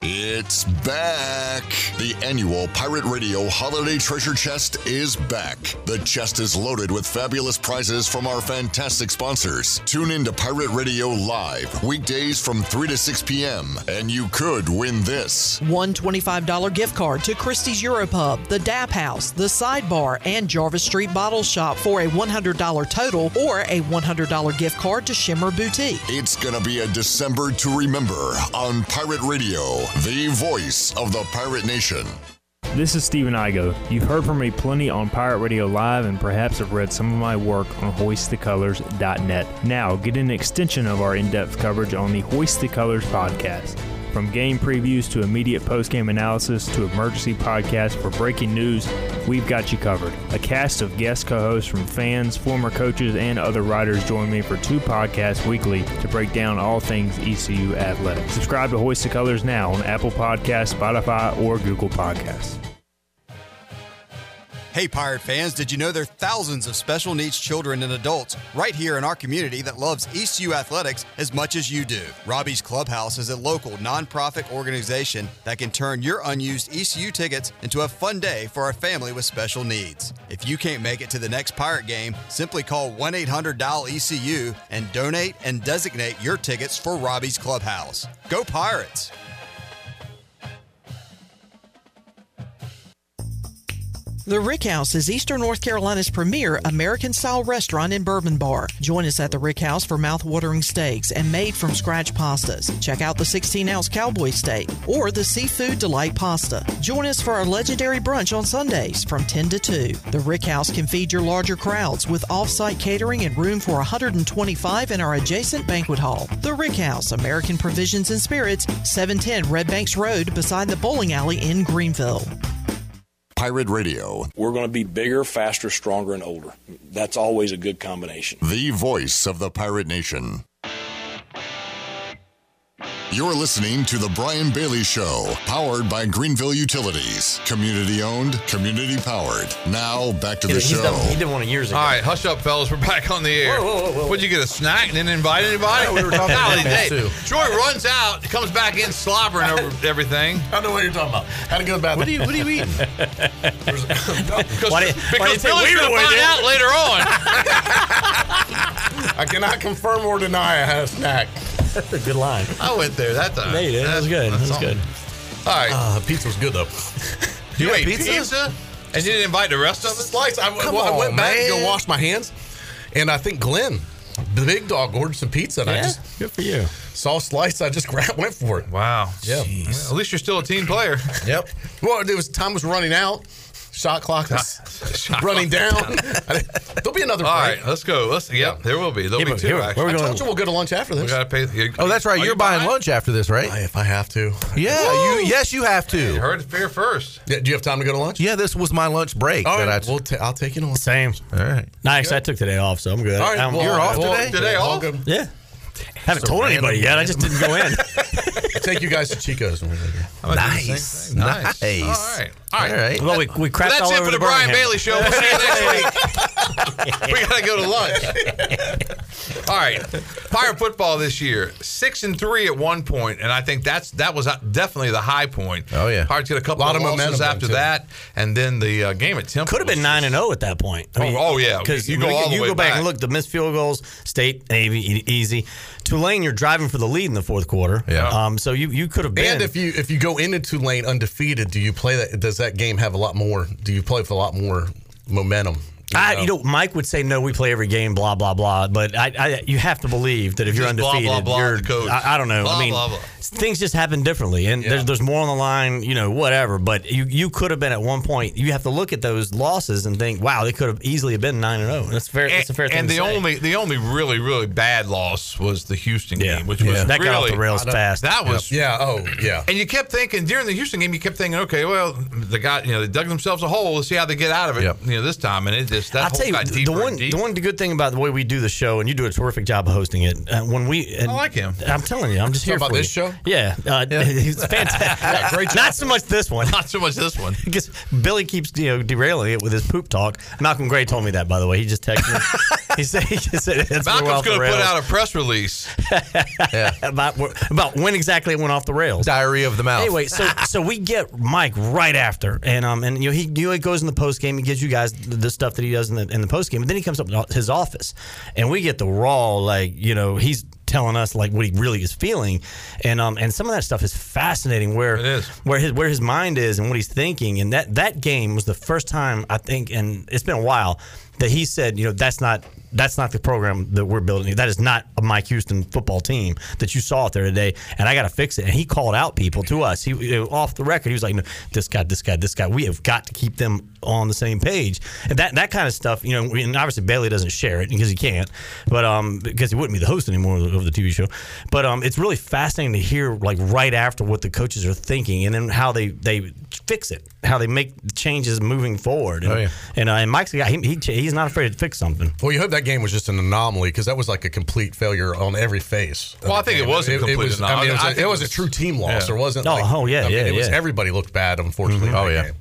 Speaker 1: It's back. The annual Pirate Radio Holiday Treasure Chest is back. The chest is loaded with fabulous prizes from our fantastic sponsors. Tune in to Pirate Radio Live weekdays from 3 to 6 p.m. and you could win this.
Speaker 9: One $25 gift card to Christie's Europub, the Dap House, the Sidebar, and Jarvis Street Bottle Shop for a $100 total or a $100 gift card to Shimmer Boutique.
Speaker 1: It's gonna be a December to remember on Pirate Radio, the voice of the pirate nation.
Speaker 12: This is Steven Igo. You've heard from me plenty on Pirate Radio Live and perhaps have read some of my work on hoistthecolors.net. Now, get an extension of our in depth coverage on the Hoist the Colors podcast. From game previews to immediate post game analysis to emergency podcasts for breaking news, we've got you covered. A cast of guest co hosts from fans, former coaches, and other writers join me for two podcasts weekly to break down all things ECU athletics. Subscribe to Hoist the Colors now on Apple Podcasts, Spotify, or Google Podcasts.
Speaker 13: Hey, Pirate fans, did you know there are thousands of special needs children and adults right here in our community that loves ECU athletics as much as you do? Robbie's Clubhouse is a local nonprofit organization that can turn your unused ECU tickets into a fun day for a family with special needs. If you can't make it to the next Pirate game, simply call 1 800 DIAL ECU and donate and designate your tickets for Robbie's Clubhouse. Go Pirates!
Speaker 9: The Rick House is Eastern North Carolina's premier American style restaurant and bourbon bar. Join us at the Rick House for mouth-watering steaks and made from scratch pastas. Check out the 16 ounce cowboy steak or the seafood delight pasta. Join us for our legendary brunch on Sundays from 10 to 2. The Rick House can feed your larger crowds with off site catering and room for 125 in our adjacent banquet hall. The Rick House, American Provisions and Spirits, 710 Red Banks Road beside the bowling alley in Greenville.
Speaker 1: Pirate Radio,
Speaker 10: We're going to be bigger, faster, stronger, and older. That's always a good combination.
Speaker 1: the voice of the pirate nation. You're listening to The Brian Bailey Show, powered by Greenville Utilities. Community owned, community powered. Now, back to the
Speaker 3: He's
Speaker 1: show.
Speaker 3: done- he
Speaker 6: did one years
Speaker 3: All right, hush up, fellas. We're back on the air.
Speaker 1: Whoa, whoa, whoa, whoa.
Speaker 3: What'd you get, a snack and didn't invite anybody?
Speaker 1: Yeah, we were talking
Speaker 3: Golly
Speaker 1: about that,
Speaker 3: day.
Speaker 1: too.
Speaker 3: Troy runs out, comes back in slobbering over everything. I know what you're talking about. Had to go to bathroom. What are you, what are you eating? because
Speaker 5: Why do you- why do you
Speaker 3: because
Speaker 5: think
Speaker 3: Billy's
Speaker 5: we
Speaker 3: going
Speaker 5: were with
Speaker 3: to find
Speaker 5: it?
Speaker 3: out later on.
Speaker 5: I cannot confirm or deny I had a snack.
Speaker 6: That's a good line.
Speaker 3: I went there that time.
Speaker 5: Yeah, you did. That was good. That was good.
Speaker 3: All right.
Speaker 4: pizza was good, though.
Speaker 3: You,
Speaker 5: You
Speaker 3: ate
Speaker 5: had
Speaker 3: pizza?
Speaker 5: pizza?
Speaker 3: And you didn't invite the rest of us?
Speaker 5: Slice. I,
Speaker 3: Come
Speaker 5: well, I
Speaker 3: on,
Speaker 5: went back to
Speaker 3: man.
Speaker 5: go wash my hands, and I think Glenn, the big dog, ordered some pizza, and I
Speaker 3: Yeah?
Speaker 5: just good for you. Saw a slice. I just grabbed, went for it.
Speaker 3: Wow.
Speaker 5: Yeah.
Speaker 3: At least you're still a team player.
Speaker 5: Yep. Well, it was time was running out. Shot clock was running down. There'll be another.
Speaker 3: All
Speaker 5: break.
Speaker 3: right, let's go. Let's. Yep, there will be. There'll be two. actually.
Speaker 5: I told you we'll go to lunch after this.
Speaker 3: We gotta pay. you-
Speaker 4: Oh, that's right.
Speaker 3: Are
Speaker 4: You're
Speaker 3: you
Speaker 4: buying lunch after this, right?
Speaker 5: If I have to.
Speaker 4: Yeah. You. Yes, you have to.
Speaker 3: You heard it here first.
Speaker 5: Yeah, do you have time to go to lunch?
Speaker 4: Yeah, this was my lunch break.
Speaker 5: All
Speaker 4: that I
Speaker 5: right, we'll ta- I'll take you to lunch.
Speaker 6: Same.
Speaker 4: All right.
Speaker 6: Nice. I took today off, so I'm good.
Speaker 5: All right,
Speaker 6: I'm-
Speaker 5: well, You're off well, today? today
Speaker 3: off?
Speaker 6: Yeah. Haven't told
Speaker 5: random-
Speaker 6: anybody yet. I just didn't go in.
Speaker 5: take you guys to Chico's. When we leave here.
Speaker 3: I'm gonna do the same thing.
Speaker 4: Nice.
Speaker 3: All right. All right.
Speaker 6: Well, we, we crapped
Speaker 3: that's
Speaker 6: all
Speaker 3: it
Speaker 6: over
Speaker 3: for the Brian
Speaker 6: Birmingham.
Speaker 3: Bailey Show. We'll see you next week. we gotta go to lunch. All right, Pirate football this year six and three at one point, and I think that's that was uh, definitely the high point.
Speaker 4: Oh, yeah.
Speaker 3: Pirates get a couple
Speaker 5: Lot
Speaker 3: of,
Speaker 5: of
Speaker 3: losses
Speaker 5: momentum
Speaker 3: after
Speaker 5: too.
Speaker 3: that, and then the uh, game at Temple
Speaker 6: Could have been
Speaker 3: was-
Speaker 6: nine and zero at that point.
Speaker 3: Oh, oh, yeah.
Speaker 6: because
Speaker 3: You
Speaker 6: you
Speaker 3: go
Speaker 6: go,
Speaker 3: all the
Speaker 6: you
Speaker 3: way
Speaker 6: go back,
Speaker 3: back.
Speaker 6: and look. The missed field goals, State Navy e- easy. Tulane, you're driving for the lead in the fourth quarter.
Speaker 4: Yeah.
Speaker 6: Um. So you you could have been.
Speaker 5: And if you if you go into Tulane undefeated, do you play that? Does that game have a lot more? Do you play with a lot more momentum?
Speaker 6: I, you know, Mike would say no. We play every game, blah blah blah. But I, I you have to believe that if you're
Speaker 3: Just blah,
Speaker 6: undefeated,
Speaker 3: blah, blah,
Speaker 6: you're.
Speaker 3: the coach.
Speaker 6: I, I don't know.
Speaker 3: Blah,
Speaker 6: I mean,
Speaker 3: blah, blah.
Speaker 6: things just happen differently, and there's, there's more on the line. You know, whatever. But you you could have been at one point. You have to look at those losses and think, wow, they could have easily been nine and zero. That's fair. that's a fair thing.
Speaker 3: and
Speaker 6: to
Speaker 3: the
Speaker 6: say.
Speaker 3: only the only really really bad loss was the Houston
Speaker 6: Yeah.
Speaker 3: game, which was
Speaker 6: That got off
Speaker 3: really-
Speaker 6: the rails fast.
Speaker 3: That was
Speaker 5: Yeah. Oh, yeah.
Speaker 3: And you kept thinking during the Houston game, you kept thinking, okay, well, the guy, you know, they dug themselves a hole. Let's see how they get out of it,
Speaker 4: Yep.
Speaker 3: you know, this time. And it just that
Speaker 6: I'll
Speaker 3: hole
Speaker 6: tell you
Speaker 3: got
Speaker 6: the- the
Speaker 3: deeper and
Speaker 6: one the
Speaker 3: deeper.
Speaker 6: one good thing about the way we do the show, and you do a terrific job of hosting it. Uh, when we, and
Speaker 3: I like him.
Speaker 6: I'm telling you, I'm just here
Speaker 5: about
Speaker 6: for
Speaker 5: this
Speaker 6: you.
Speaker 5: show?
Speaker 6: Yeah, uh, he's fantastic. Not so much this one.
Speaker 3: Not so much this one.
Speaker 6: Because Billy keeps you know derailing it with his poop talk. Malcolm Gray told me that by the way. He just texted me. he said he just said it's
Speaker 3: Malcolm's going to put out a press release.
Speaker 6: about about when exactly it went off the rails.
Speaker 4: Diary of the mouth.
Speaker 6: Anyway, so so we get Mike right after, and um, and you know he you know, he goes in the post game, he gives you guys the, the stuff that he does in the in the post game, but then he comes up to his office, and we get the raw like you know he's telling us like what he really is feeling, and um, and some of that stuff is fascinating where
Speaker 3: It is.
Speaker 6: where his where his mind is and what he's thinking, and that that game was the first time I think, and it's been a while. That he said, you know, that's not that's not the program that we're building. That is not a Mike Houston football team that you saw out there today. And I got to fix it. And he called out people to us. He you know, off the record, he was like, no, this guy, this guy, this guy. We have got to keep them on the same page. And that that kind of stuff, you know. And obviously Bailey doesn't share it because he can't, but um, because he wouldn't be the host anymore of the TV show. But um, it's really fascinating to hear like right after what the coaches are thinking and then how they they fix it, how they make changes moving forward. And,
Speaker 4: Oh, yeah.
Speaker 6: and, uh, and Mike's the guy. He, he he's not afraid to fix something.
Speaker 5: Well, you hope that game was just an anomaly because that was like a complete failure on every face. of
Speaker 3: Well, I
Speaker 5: the
Speaker 3: think it
Speaker 5: game.
Speaker 3: was a complete
Speaker 5: was- I mean, it was,
Speaker 3: anomaly. I
Speaker 5: a,
Speaker 3: think
Speaker 5: it was
Speaker 3: it
Speaker 5: a
Speaker 3: was-
Speaker 5: true team loss.
Speaker 3: yeah.
Speaker 5: There wasn't.
Speaker 6: Oh,
Speaker 5: like,
Speaker 6: oh, yeah,
Speaker 5: I mean,
Speaker 6: yeah,
Speaker 5: it was,
Speaker 6: yeah.
Speaker 5: Everybody looked bad, unfortunately. in
Speaker 4: Oh,
Speaker 5: that
Speaker 4: yeah.
Speaker 5: game.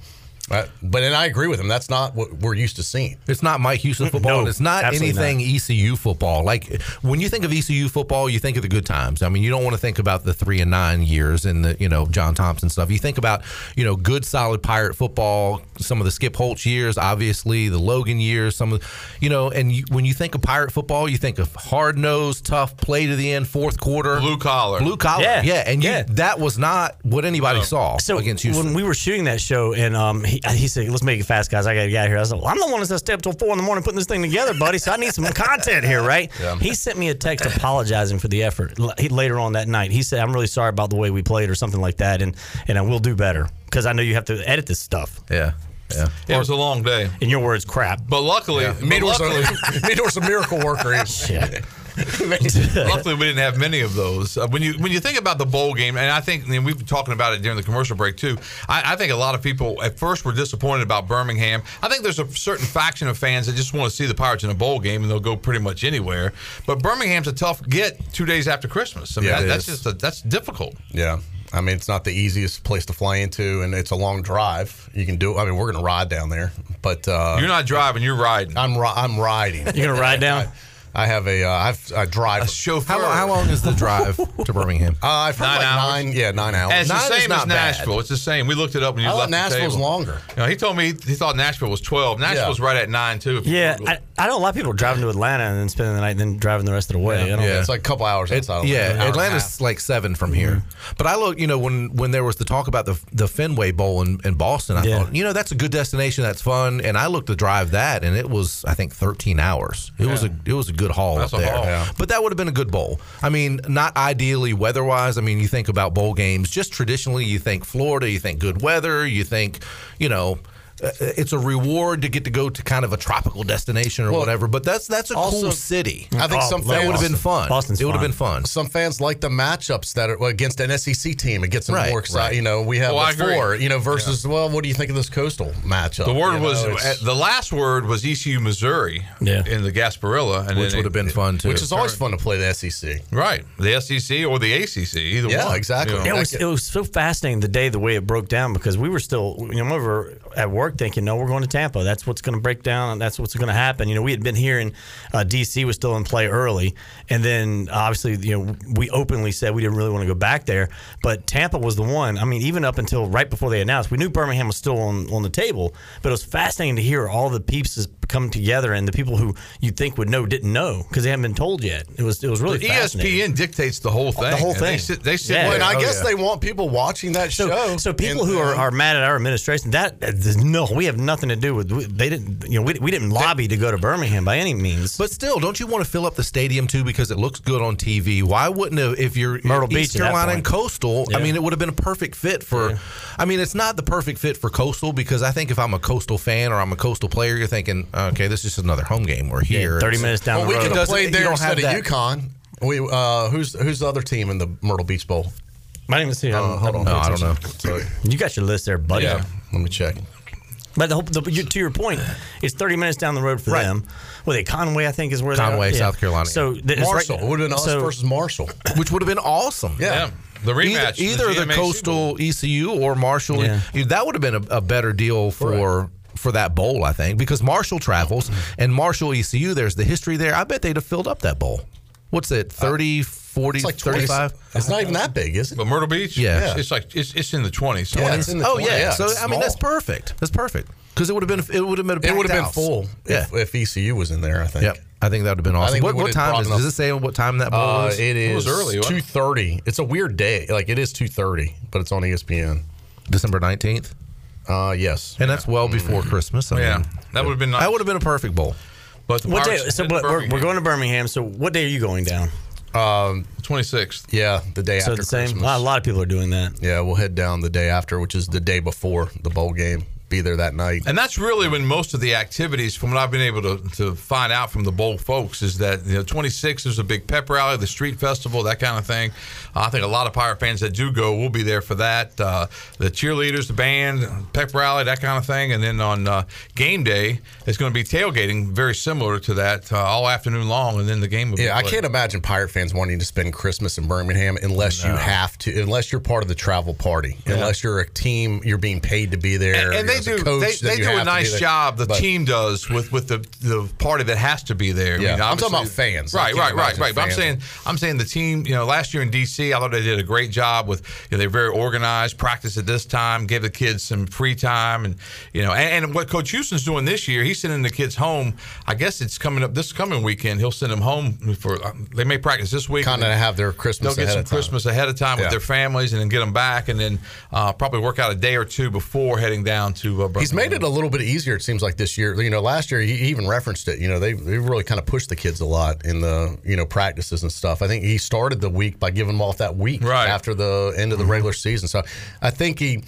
Speaker 5: Uh, but and I agree with him. That's not what we're used to seeing.
Speaker 4: It's not Mike Houston football, and it's not
Speaker 5: absolutely
Speaker 4: anything
Speaker 5: not.
Speaker 4: ECU football. Like when you think of ECU football, you think of the good times. I mean, you don't want to think about the three and nine years and the you know John Thompson stuff. You think about you know good solid Pirate football, some of the Skip Holtz years, obviously the Logan years, some of you know. And you, when you think of Pirate football, you think of hard nosed, tough play to the end, fourth quarter, blue
Speaker 3: collar,
Speaker 4: blue collar,
Speaker 6: Yeah.
Speaker 4: yeah. And you,
Speaker 6: Yeah.
Speaker 4: that was not what anybody saw
Speaker 6: Um, So
Speaker 4: against Houston.
Speaker 6: when we were shooting that show, and um, he, he said, "Let's make it fast, guys. I got to get out of here." I was like, well, "I'm the one that's gonna stay up till four in the morning putting this thing together, buddy. So I need some content here, right?"
Speaker 14: Yeah.
Speaker 6: He sent me a text apologizing for the effort l- he- later on that night. He said, "I'm really sorry about the way we played, or something like that, and and I will do better because I know you have to edit this stuff."
Speaker 4: Yeah, yeah.
Speaker 3: It was a long day.
Speaker 6: In your words, crap.
Speaker 3: But luckily, but
Speaker 5: Midor's
Speaker 3: luckily-
Speaker 5: a, Midor's a miracle worker. He's-
Speaker 3: Luckily, we didn't have many of those. Uh, when you when you think about the bowl game, and I think and we've been talking about it during the commercial break too. I, I think a lot of people at first were disappointed about Birmingham. I think there's a certain faction of fans that just want to see the Pirates in a bowl game, and they'll go pretty much anywhere. But Birmingham's a tough get two days after Christmas. I mean,
Speaker 5: Yeah,
Speaker 3: that-
Speaker 5: it
Speaker 3: that's
Speaker 5: is.
Speaker 3: just a, that's difficult.
Speaker 5: Yeah. I mean, it's not the easiest place to fly into, and it's a long drive. You can do. I mean, we're going to ride down there, but uh,
Speaker 3: You're not driving. You're riding.
Speaker 5: I'm. Ri- I'm riding.
Speaker 6: You're gonna ride down.
Speaker 5: I, I have a. Uh, I've, I drive a
Speaker 3: chauffeur.
Speaker 5: How, how
Speaker 4: long is the drive to Birmingham?
Speaker 5: Uh, I've heard
Speaker 3: Nine
Speaker 5: like
Speaker 3: hours?
Speaker 5: nine. Yeah, nine hours.
Speaker 3: And it's
Speaker 5: Nine
Speaker 3: the
Speaker 5: is
Speaker 3: same as
Speaker 5: not bad.
Speaker 3: Nashville. It's the same. We looked it up when you
Speaker 5: I thought
Speaker 3: left. the
Speaker 5: Nashville's
Speaker 3: table.
Speaker 5: longer.
Speaker 3: You know, he told me he, he thought Nashville was 12. Nashville's right at nine too. if you
Speaker 6: Yeah,
Speaker 3: Google it.
Speaker 6: I, I don't like people driving to Atlanta and then spending the night, and then driving the rest of the way. I don't
Speaker 5: like a couple hours
Speaker 6: outside of Atlanta. Hour and
Speaker 4: yeah,
Speaker 6: a half. Mm-hmm.
Speaker 4: Atlanta's like seven from here. But I look, you know, when when there was the talk about the the Fenway Bowl in, in Boston, I
Speaker 6: Yeah.
Speaker 4: thought, you know, that's a good destination. That's fun. And I looked to drive that, and it was I think thirteen hours. It was
Speaker 6: Yeah.
Speaker 4: a it was a good haul
Speaker 6: That's
Speaker 4: up
Speaker 6: a
Speaker 4: there.
Speaker 6: haul. Yeah.
Speaker 4: But that would have been a good bowl. I mean, not ideally weather wise. I mean, you think about bowl games, just traditionally, you think Florida, you think good weather, you think, you know. uh, It's a reward to get to go to kind of a tropical destination or
Speaker 5: Well,
Speaker 4: whatever, but that's that's a
Speaker 5: also-
Speaker 4: cool city.
Speaker 6: Mm.
Speaker 5: I
Speaker 6: Oh,
Speaker 5: think some
Speaker 4: that
Speaker 5: fans
Speaker 4: would have been fun. it would have been fun.
Speaker 5: Some fans like the matchups that are well, against an SEC team. It gets them
Speaker 4: Right,
Speaker 5: more excited.
Speaker 4: right.
Speaker 5: You know, we have
Speaker 4: Well, I
Speaker 5: the
Speaker 4: agree.
Speaker 5: four. You know, versus well, what do you think of this coastal matchup?
Speaker 3: The word
Speaker 5: You know,
Speaker 3: was
Speaker 5: it's-
Speaker 3: the last word was ECU Missouri
Speaker 5: Yeah.
Speaker 3: in the Gasparilla, and
Speaker 5: Which
Speaker 3: then
Speaker 5: would have been
Speaker 3: it-
Speaker 5: fun, too. Which is always fun to play the E SEC,
Speaker 3: right? The SEC or the ACC, either
Speaker 5: Yeah,
Speaker 3: one.
Speaker 5: exactly.
Speaker 3: You know.
Speaker 6: It was, it was so fascinating the day the way it broke down because we were still you know we were at work thinking no we're going to Tampa that's what's going to break down and that's what's going to happen you know we had been hearing uh, DC was still in play early and then obviously you know we openly said we didn't really want to go back there but Tampa was the one I mean even up until right before they announced we knew Birmingham was still on on the table but it was fascinating to hear all the pieces come together and the people who you think would know didn't know because they haven't been told yet it was it was really
Speaker 3: The E
Speaker 6: fascinating.
Speaker 3: ESPN dictates the whole thing.
Speaker 6: The whole
Speaker 3: and
Speaker 6: thing.
Speaker 3: They sit. They sit
Speaker 6: Yeah.
Speaker 5: Well, and I
Speaker 6: Oh,
Speaker 5: guess
Speaker 6: yeah.
Speaker 5: they want people watching that show.
Speaker 6: So people who are, are mad at our administration, that there's no, we have nothing to do with. we- They didn't, you know, we, we didn't lobby to go to Birmingham by any means.
Speaker 4: But still, don't you want to fill up the stadium too because it looks good on TV? Why wouldn't it, if you're
Speaker 6: Myrtle Beach
Speaker 4: East
Speaker 6: at that
Speaker 4: Carolina
Speaker 6: point.
Speaker 4: and Coastal? I
Speaker 6: Yeah.
Speaker 4: mean, it would have been a perfect fit for. I mean, it's not the perfect fit for Coastal because I think if I'm a Coastal fan or I'm a Coastal player, you're thinking, okay, this is just another home game. We're here.
Speaker 6: Yeah, 30
Speaker 4: It's-
Speaker 6: minutes down
Speaker 5: Well, we could have
Speaker 4: Doesn't-
Speaker 5: played
Speaker 4: you
Speaker 5: there
Speaker 4: don't
Speaker 5: instead
Speaker 4: have that.
Speaker 5: of UConn. We uh, who's who's the other team in the Myrtle Beach Bowl?
Speaker 6: I didn't even see.
Speaker 5: Uh, hold on,
Speaker 4: No, I don't know.
Speaker 6: You got your list there, buddy.
Speaker 5: Yeah, let me check.
Speaker 6: But the, whole- the, you- to your point, it's 30 minutes down the road for them. Well, they Conway, I think, is where
Speaker 4: Conway,
Speaker 6: they are.
Speaker 4: South Carolina.
Speaker 6: So th- it's right-
Speaker 5: Marshall it would have been us
Speaker 6: so-
Speaker 5: versus Marshall.
Speaker 4: which would have been awesome.
Speaker 5: Yeah.
Speaker 3: The rematch,
Speaker 4: Either, either
Speaker 3: the
Speaker 4: the,
Speaker 3: GMAC
Speaker 4: coastal ECU or Marshall, You- that would have been a, a better deal for. For that bowl, I think, because Marshall travels and Marshall ECU, there's the history there. I bet they'd have filled up that bowl. What's it, 30, 40,
Speaker 5: Uh, It's like 20
Speaker 4: 35?
Speaker 5: It's not even that big, is it?
Speaker 3: But Myrtle Beach,
Speaker 4: Yeah.
Speaker 3: it's, it's like it's, it's in the twenties.
Speaker 5: Yeah, it's in the
Speaker 4: oh,
Speaker 5: 20,
Speaker 4: yeah.
Speaker 5: yeah,
Speaker 4: So,
Speaker 5: it's
Speaker 4: I mean, that's
Speaker 5: small.
Speaker 4: perfect. That's perfect. Because it would have been, it would have been a
Speaker 5: It would have
Speaker 4: packed
Speaker 5: been
Speaker 4: house.
Speaker 5: full
Speaker 4: Yeah.
Speaker 5: if, if ECU was in there. I think.
Speaker 4: Yep. I think that would have been
Speaker 5: I
Speaker 4: awesome.
Speaker 5: think we
Speaker 4: What, what
Speaker 5: would've
Speaker 4: time
Speaker 5: brought
Speaker 4: is
Speaker 5: enough-
Speaker 4: Does it say what time that bowl
Speaker 5: Uh,
Speaker 4: is?
Speaker 5: it
Speaker 4: It
Speaker 5: is two thirty. It's a weird day. Like it is two thirty, but it's on E ESPN.
Speaker 4: December nineteenth.
Speaker 5: Uh, yes,
Speaker 4: and that's well before Christmas. I
Speaker 3: Mm. Yeah,
Speaker 4: mean,
Speaker 3: that would have been nice.
Speaker 4: That would have been a perfect bowl.
Speaker 3: But the
Speaker 6: What day,
Speaker 3: Pirates
Speaker 6: so
Speaker 3: hit
Speaker 6: but we're, we're
Speaker 3: Birmingham.
Speaker 6: going to Birmingham. So what day are you going down?
Speaker 5: Um,
Speaker 3: twenty sixth.
Speaker 5: Yeah, the day
Speaker 6: So
Speaker 5: after
Speaker 6: the same?
Speaker 5: Christmas.
Speaker 6: A lot- a lot of people are doing that.
Speaker 5: Yeah, we'll head down the day after, which is the day before the bowl game. Be there that night.
Speaker 3: And that's really when most of the activities, from what I've been able to, to find out from the bowl folks, is that you know 26 is a big pep rally, the street festival, that kind of thing. I think a lot of pirate fans that do go will be there for that. Uh, the cheerleaders, the band, pep rally, that kind of thing. And then on uh, game day, it's going to be tailgating, very similar to that, uh, all afternoon long. And then the game. Will
Speaker 5: Yeah, I
Speaker 3: be played.
Speaker 5: can't imagine pirate fans wanting to spend Christmas in Birmingham unless you have to, unless you're part of the travel party, unless you're a team, you're being paid to be there.
Speaker 3: And
Speaker 5: you're
Speaker 3: they they
Speaker 4: as a
Speaker 3: do
Speaker 4: coach
Speaker 3: they,
Speaker 4: that
Speaker 3: they
Speaker 4: you
Speaker 3: do
Speaker 4: have
Speaker 3: a
Speaker 4: to be
Speaker 3: nice
Speaker 4: there.
Speaker 3: job. The
Speaker 4: But-
Speaker 3: team does with with the the party that has to be there.
Speaker 4: Yeah, I'm talking
Speaker 3: obviously-
Speaker 4: about fans. I
Speaker 3: Right,
Speaker 4: can't
Speaker 3: right, right,
Speaker 4: imagine
Speaker 3: right. But I'm
Speaker 4: fans.
Speaker 3: saying I'm saying the team. You know, last year in DC, I thought they did a great job with. You know, they're very organized. Practice at this time, give the kids some free time, and you know, and, and what Coach Houston's doing this year, he's sending the kids home. I guess it's coming up this coming weekend. He'll send them home for. uh, They may practice this week.
Speaker 4: Kinda have their Christmas
Speaker 3: They'll get
Speaker 4: ahead
Speaker 3: some
Speaker 4: of time.
Speaker 3: Christmas ahead of time
Speaker 4: Yeah.
Speaker 3: with their families, and then get them back, and then uh, probably work out a day or two before heading down to. Uh,
Speaker 5: He's made it a little bit easier. It seems like this year. You know, last year he he even referenced it. You know, they they really kind of pushed the kids a lot in the you know practices and stuff. I think he started the week by giving them off that week after the end of the regular season. So I think he.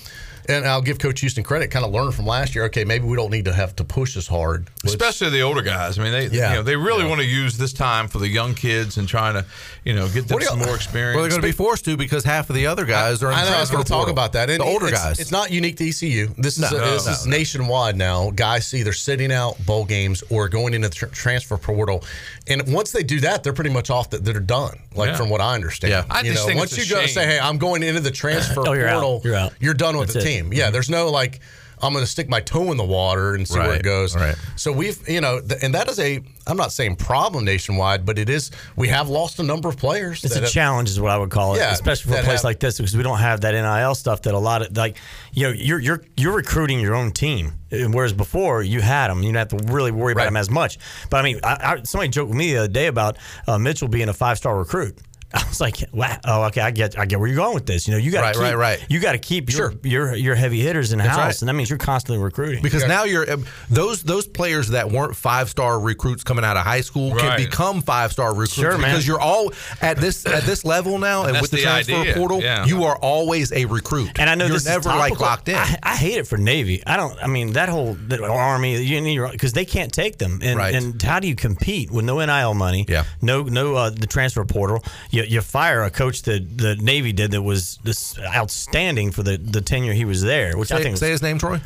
Speaker 5: And I'll give Coach Houston credit. Kind of learned from last year. Okay, maybe we don't need to have to push as hard. Let's-
Speaker 3: especially the older guys. I mean, they
Speaker 5: Yeah.
Speaker 3: you know, they really want to use this time for the young kids and trying to you know get them
Speaker 4: What do
Speaker 3: some
Speaker 4: y'all-
Speaker 3: more experience.
Speaker 4: Well, they're going to be forced to because half of the other guys are in
Speaker 5: I
Speaker 4: the
Speaker 5: know. I was
Speaker 4: transfer
Speaker 5: going to talk
Speaker 4: portal.
Speaker 5: about that. And
Speaker 4: the older
Speaker 5: it's-
Speaker 4: guys.
Speaker 5: It's not unique to ECU. This is
Speaker 4: No,
Speaker 5: a-
Speaker 4: no,
Speaker 5: this
Speaker 4: no,
Speaker 5: is nationwide now. Guys either sitting out bowl games or going into the tr- transfer portal, and once they do that, they're pretty much off. That they're done. Like
Speaker 4: Yeah.
Speaker 5: from what I understand.
Speaker 4: Yeah. I
Speaker 5: you
Speaker 4: just
Speaker 5: know,
Speaker 4: think
Speaker 5: once
Speaker 4: it's a
Speaker 5: you go
Speaker 4: shame.
Speaker 5: say, "Hey, I'm going into the transfer
Speaker 4: Oh, you're out.
Speaker 5: portal,"
Speaker 4: You're out.
Speaker 5: done with
Speaker 4: That's
Speaker 5: the
Speaker 4: it.
Speaker 5: team. Yeah, there's no like. I'm going to stick my toe in the water and see where
Speaker 4: Right,
Speaker 5: it goes.
Speaker 4: right.
Speaker 5: So we've, you know, th- and that is a, I'm not saying problem nationwide, but it is, we have lost a number of players.
Speaker 6: It's
Speaker 5: that
Speaker 6: a
Speaker 5: have-
Speaker 6: challenge, is what I would call it,
Speaker 5: Yeah,
Speaker 6: especially for a
Speaker 5: that
Speaker 6: place
Speaker 5: have-
Speaker 6: like this because we don't have that NIL stuff that a lot of like, you know, you're you're you're recruiting your own team, and whereas before you had them, you didn't have to really worry about them as much. But I mean, I, I, somebody joked with me the other day about uh, Mitchell being a five star recruit. I was like, wow, oh, okay, I get, I get where you're going with this. You know, you got
Speaker 4: Right,
Speaker 6: to
Speaker 4: right,
Speaker 6: keep,
Speaker 4: right.
Speaker 6: you got to keep your, your your heavy hitters in
Speaker 4: That's
Speaker 6: house,
Speaker 4: right.
Speaker 6: and that means you're constantly recruiting
Speaker 4: Because now you're um, those those players that weren't five star recruits coming out of high school
Speaker 6: Right.
Speaker 4: can become five star recruits
Speaker 6: Sure, man.
Speaker 4: because you're all at this at this level now and,
Speaker 6: That's
Speaker 4: with the,
Speaker 6: the
Speaker 4: transfer
Speaker 6: idea,
Speaker 4: portal
Speaker 6: yeah.
Speaker 4: you are always a recruit
Speaker 6: And I know
Speaker 4: you're
Speaker 6: this
Speaker 4: never
Speaker 6: is
Speaker 4: like
Speaker 6: topical.
Speaker 4: locked in.
Speaker 6: I, I hate it for Navy. I don't. I mean, that whole the Army, you need because they can't take them. And,
Speaker 4: Right.
Speaker 6: and how do you compete with no NIL money?
Speaker 4: Yeah.
Speaker 6: No, no, uh, the transfer portal. You, you fire a coach that the Navy did that was this outstanding for the, the tenure he was there, which
Speaker 4: say,
Speaker 6: I think was
Speaker 4: say his name, Troy.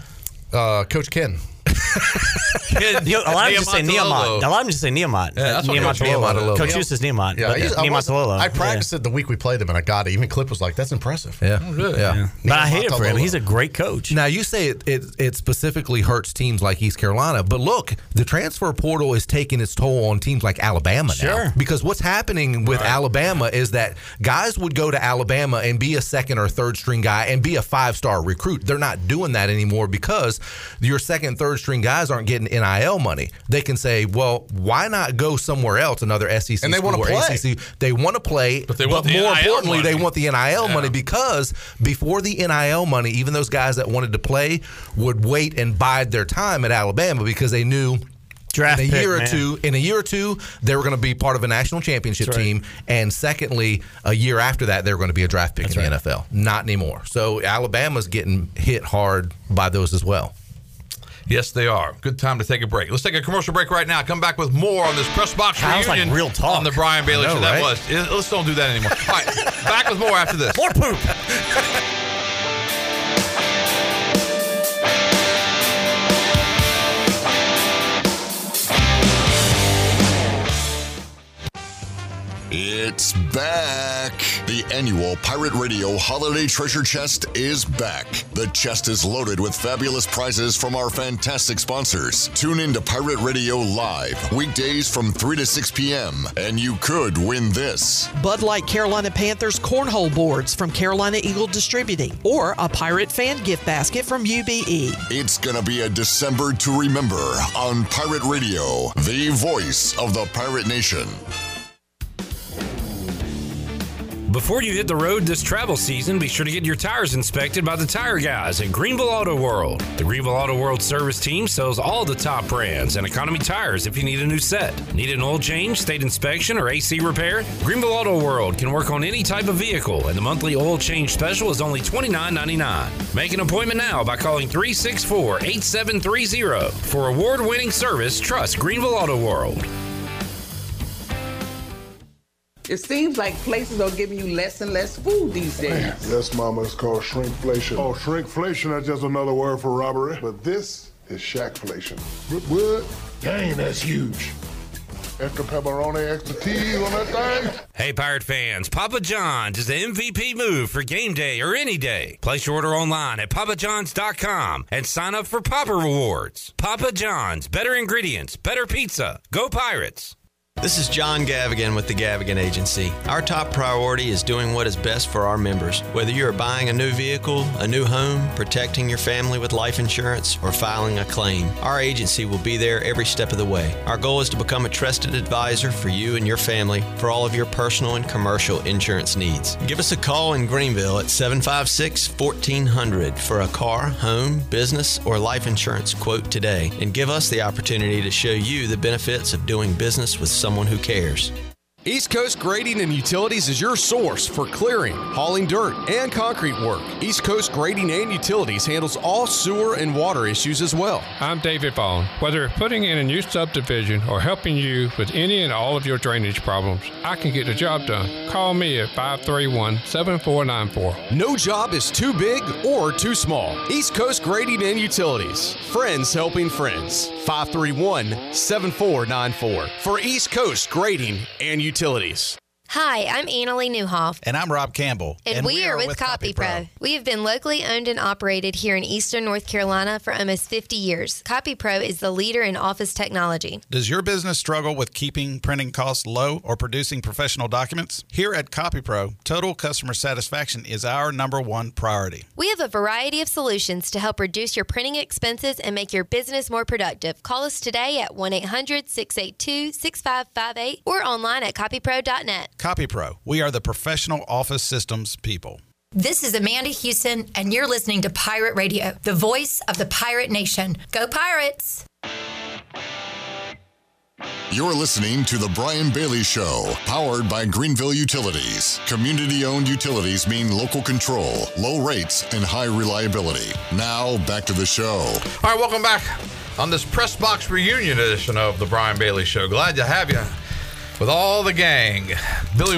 Speaker 5: Uh, Coach Ken.
Speaker 6: You oh. know, a lot of them just say
Speaker 5: Niamatololo.
Speaker 6: Niamat. A lot of them just say Niamat.
Speaker 5: Yeah, that's what
Speaker 6: Niamat.
Speaker 5: Coach Niamatololo.
Speaker 6: Coach Hughes is Niamat.
Speaker 5: Yeah,
Speaker 6: but
Speaker 5: I, used- I, wasn't-
Speaker 6: Niamatololo.
Speaker 5: I practiced it the week we played them, and I got it. Even Clip was like, "That's impressive." Oh,
Speaker 4: Yeah, yeah.
Speaker 6: But I hate it for him. He's a great coach.
Speaker 4: Now you say it, it it specifically hurts teams like East Carolina, but look, the transfer portal is taking its toll on teams like Alabama now.
Speaker 6: Sure.
Speaker 4: Because what's happening with Alabama is that guys would go to Alabama and be a second or third string guy and be a five star recruit. They're not doing that anymore because your second, third string guys aren't getting NIL money. They can say, well, why not go somewhere else, another SEC
Speaker 5: And they
Speaker 4: school
Speaker 5: wanna
Speaker 4: or
Speaker 5: play.
Speaker 4: ACC? They want to play, but,
Speaker 5: they want the
Speaker 4: more
Speaker 5: NIL
Speaker 4: importantly, they
Speaker 5: money.
Speaker 4: want the NIL money because before the NIL money, even those guys that wanted to play would wait and bide their time at Alabama because they knew.
Speaker 6: Draft
Speaker 4: in a
Speaker 6: pick,
Speaker 4: year or
Speaker 6: man.
Speaker 4: two, in a year or two, they were going to be part of a national championship
Speaker 6: That's right.
Speaker 4: team, and secondly, a year after that, they were going to be a draft pick in the NFL. Not anymore. So Alabama's getting hit hard by those as well.
Speaker 3: Yes, they are. Good time to take a break. Let's take a commercial break right now. Come back with more on this press box
Speaker 6: Sounds like
Speaker 3: reunion.
Speaker 6: real talk.
Speaker 3: on the Brian Bailey
Speaker 6: I know,
Speaker 3: show. That
Speaker 6: right?
Speaker 3: was. it- Let's don't do that anymore. All right, back with more after this.
Speaker 6: More poop.
Speaker 1: It's back. The annual Pirate Radio Holiday Treasure Chest is back. The chest is loaded with fabulous prizes from our fantastic sponsors. Tune in to Pirate Radio Live weekdays from 3 to 6 p.m. and you could win this.
Speaker 9: Bud Light Carolina Panthers cornhole boards from Carolina Eagle Distributing, or a Pirate fan gift basket from E. UBE.
Speaker 1: It's going to be a December to remember on Pirate Radio, the voice of the pirate nation.
Speaker 15: Before you hit the road this travel season, be sure to get your tires inspected by the tire guys at Greenville Auto World. The Greenville Auto World service team sells all the top brands and economy tires if you need a new set. Need an oil change, state inspection, or AC repair? Greenville Auto World can work on any type of vehicle, and the monthly oil change special is only $29.99. Make an appointment now by calling 364 8730. For award winning service, trust Greenville Auto World.
Speaker 16: It seems like places are giving you less and less food these days.
Speaker 17: Yes, mama, it's called shrinkflation. Oh, shrinkflation, that's just another word for robbery. But this is shackflation. Brooke Wood, dang, that's huge. Extra pepperoni, extra cheese on that thing.
Speaker 15: Hey, Pirate fans, Papa John's is the MVP move for game day or any day. Place your order online at papajohns.com and sign up for Papa Rewards. Papa John's, better ingredients, better pizza. Go Pirates!
Speaker 18: This is John Gavigan with the Gavigan Agency. Our top priority is doing what is best for our members. Whether you are buying a new vehicle, a new home, protecting your family with life insurance, or filing a claim, our agency will be there every step of the way. Our goal is to become a trusted advisor for you and your family for all of your personal and commercial insurance needs. Give us a call in Greenville at 756 1400 for a car, home, business, or life insurance quote today and give us the opportunity to show you the benefits of doing business with someone who cares.
Speaker 5: East Coast Grading and Utilities is your source for clearing, hauling dirt, and concrete work. East Coast Grading and Utilities handles all sewer and water issues as well.
Speaker 19: I'm David Vaughn. Whether putting in a new subdivision or helping you with any and all of your drainage problems, I can get the job done. Call me at 531 7494.
Speaker 5: No job is too big or too small. East Coast Grading and Utilities. Friends helping friends. 531 7494 for East Coast Grading and Utilities.
Speaker 20: Hi, I'm Annalie Newhoff.
Speaker 21: And I'm Rob Campbell.
Speaker 20: And, we, are, with, Copy Pro. We have been locally owned and operated here in Eastern North Carolina for almost 50 years. Copy Pro is the leader in office technology.
Speaker 21: Does your business struggle with keeping printing costs low or producing professional documents? Here at CopyPro, total customer satisfaction is our number one priority.
Speaker 20: We have a variety of solutions to help reduce your printing expenses and make your business more productive. Call us today at 1 800 682 6558 or online at copypro.net.
Speaker 21: CopyPro, we are the professional office systems people.
Speaker 22: This is Amanda Houston, and you're listening to Pirate Radio, the voice of the pirate nation. Go Pirates!
Speaker 1: You're listening to The Brian Bailey Show, powered by Greenville Utilities. Community owned utilities mean local control, low rates, and high reliability. Now, back to the show.
Speaker 3: All right, welcome back on this press box reunion edition of the Brian Bailey Show. Glad to have you with all the gang. Billy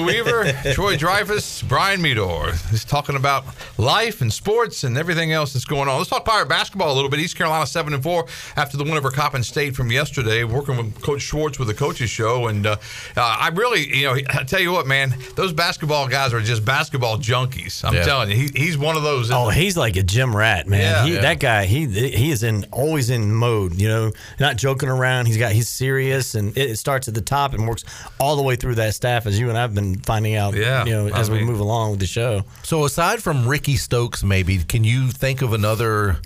Speaker 3: Weaver, Troy Dreyfus, Brian Medor. He's talking about life and sports and everything else that's going on. Let's talk Pirate basketball a little bit. East Carolina seven and four after the win over Coppin State from yesterday. Working with Coach Schwartz with the coaches show, and uh, uh, I really, you know, I tell you what, man, those basketball guys are just basketball junkies. I'm
Speaker 6: Yeah.
Speaker 3: telling you, he, he's one of those.
Speaker 6: Oh, he's like a gym rat, man.
Speaker 3: Yeah.
Speaker 6: he,
Speaker 3: Yeah.
Speaker 6: That guy, he he is in always in mode. You know, not joking around. He's got he's serious, and it, it starts at the top and works all the way through that staff, as you and I've been finding out.
Speaker 4: Yeah,
Speaker 6: you know,
Speaker 4: I
Speaker 6: as we
Speaker 4: mean-
Speaker 6: move along with the show.
Speaker 4: So aside from Ricky Stokes, maybe can you think of another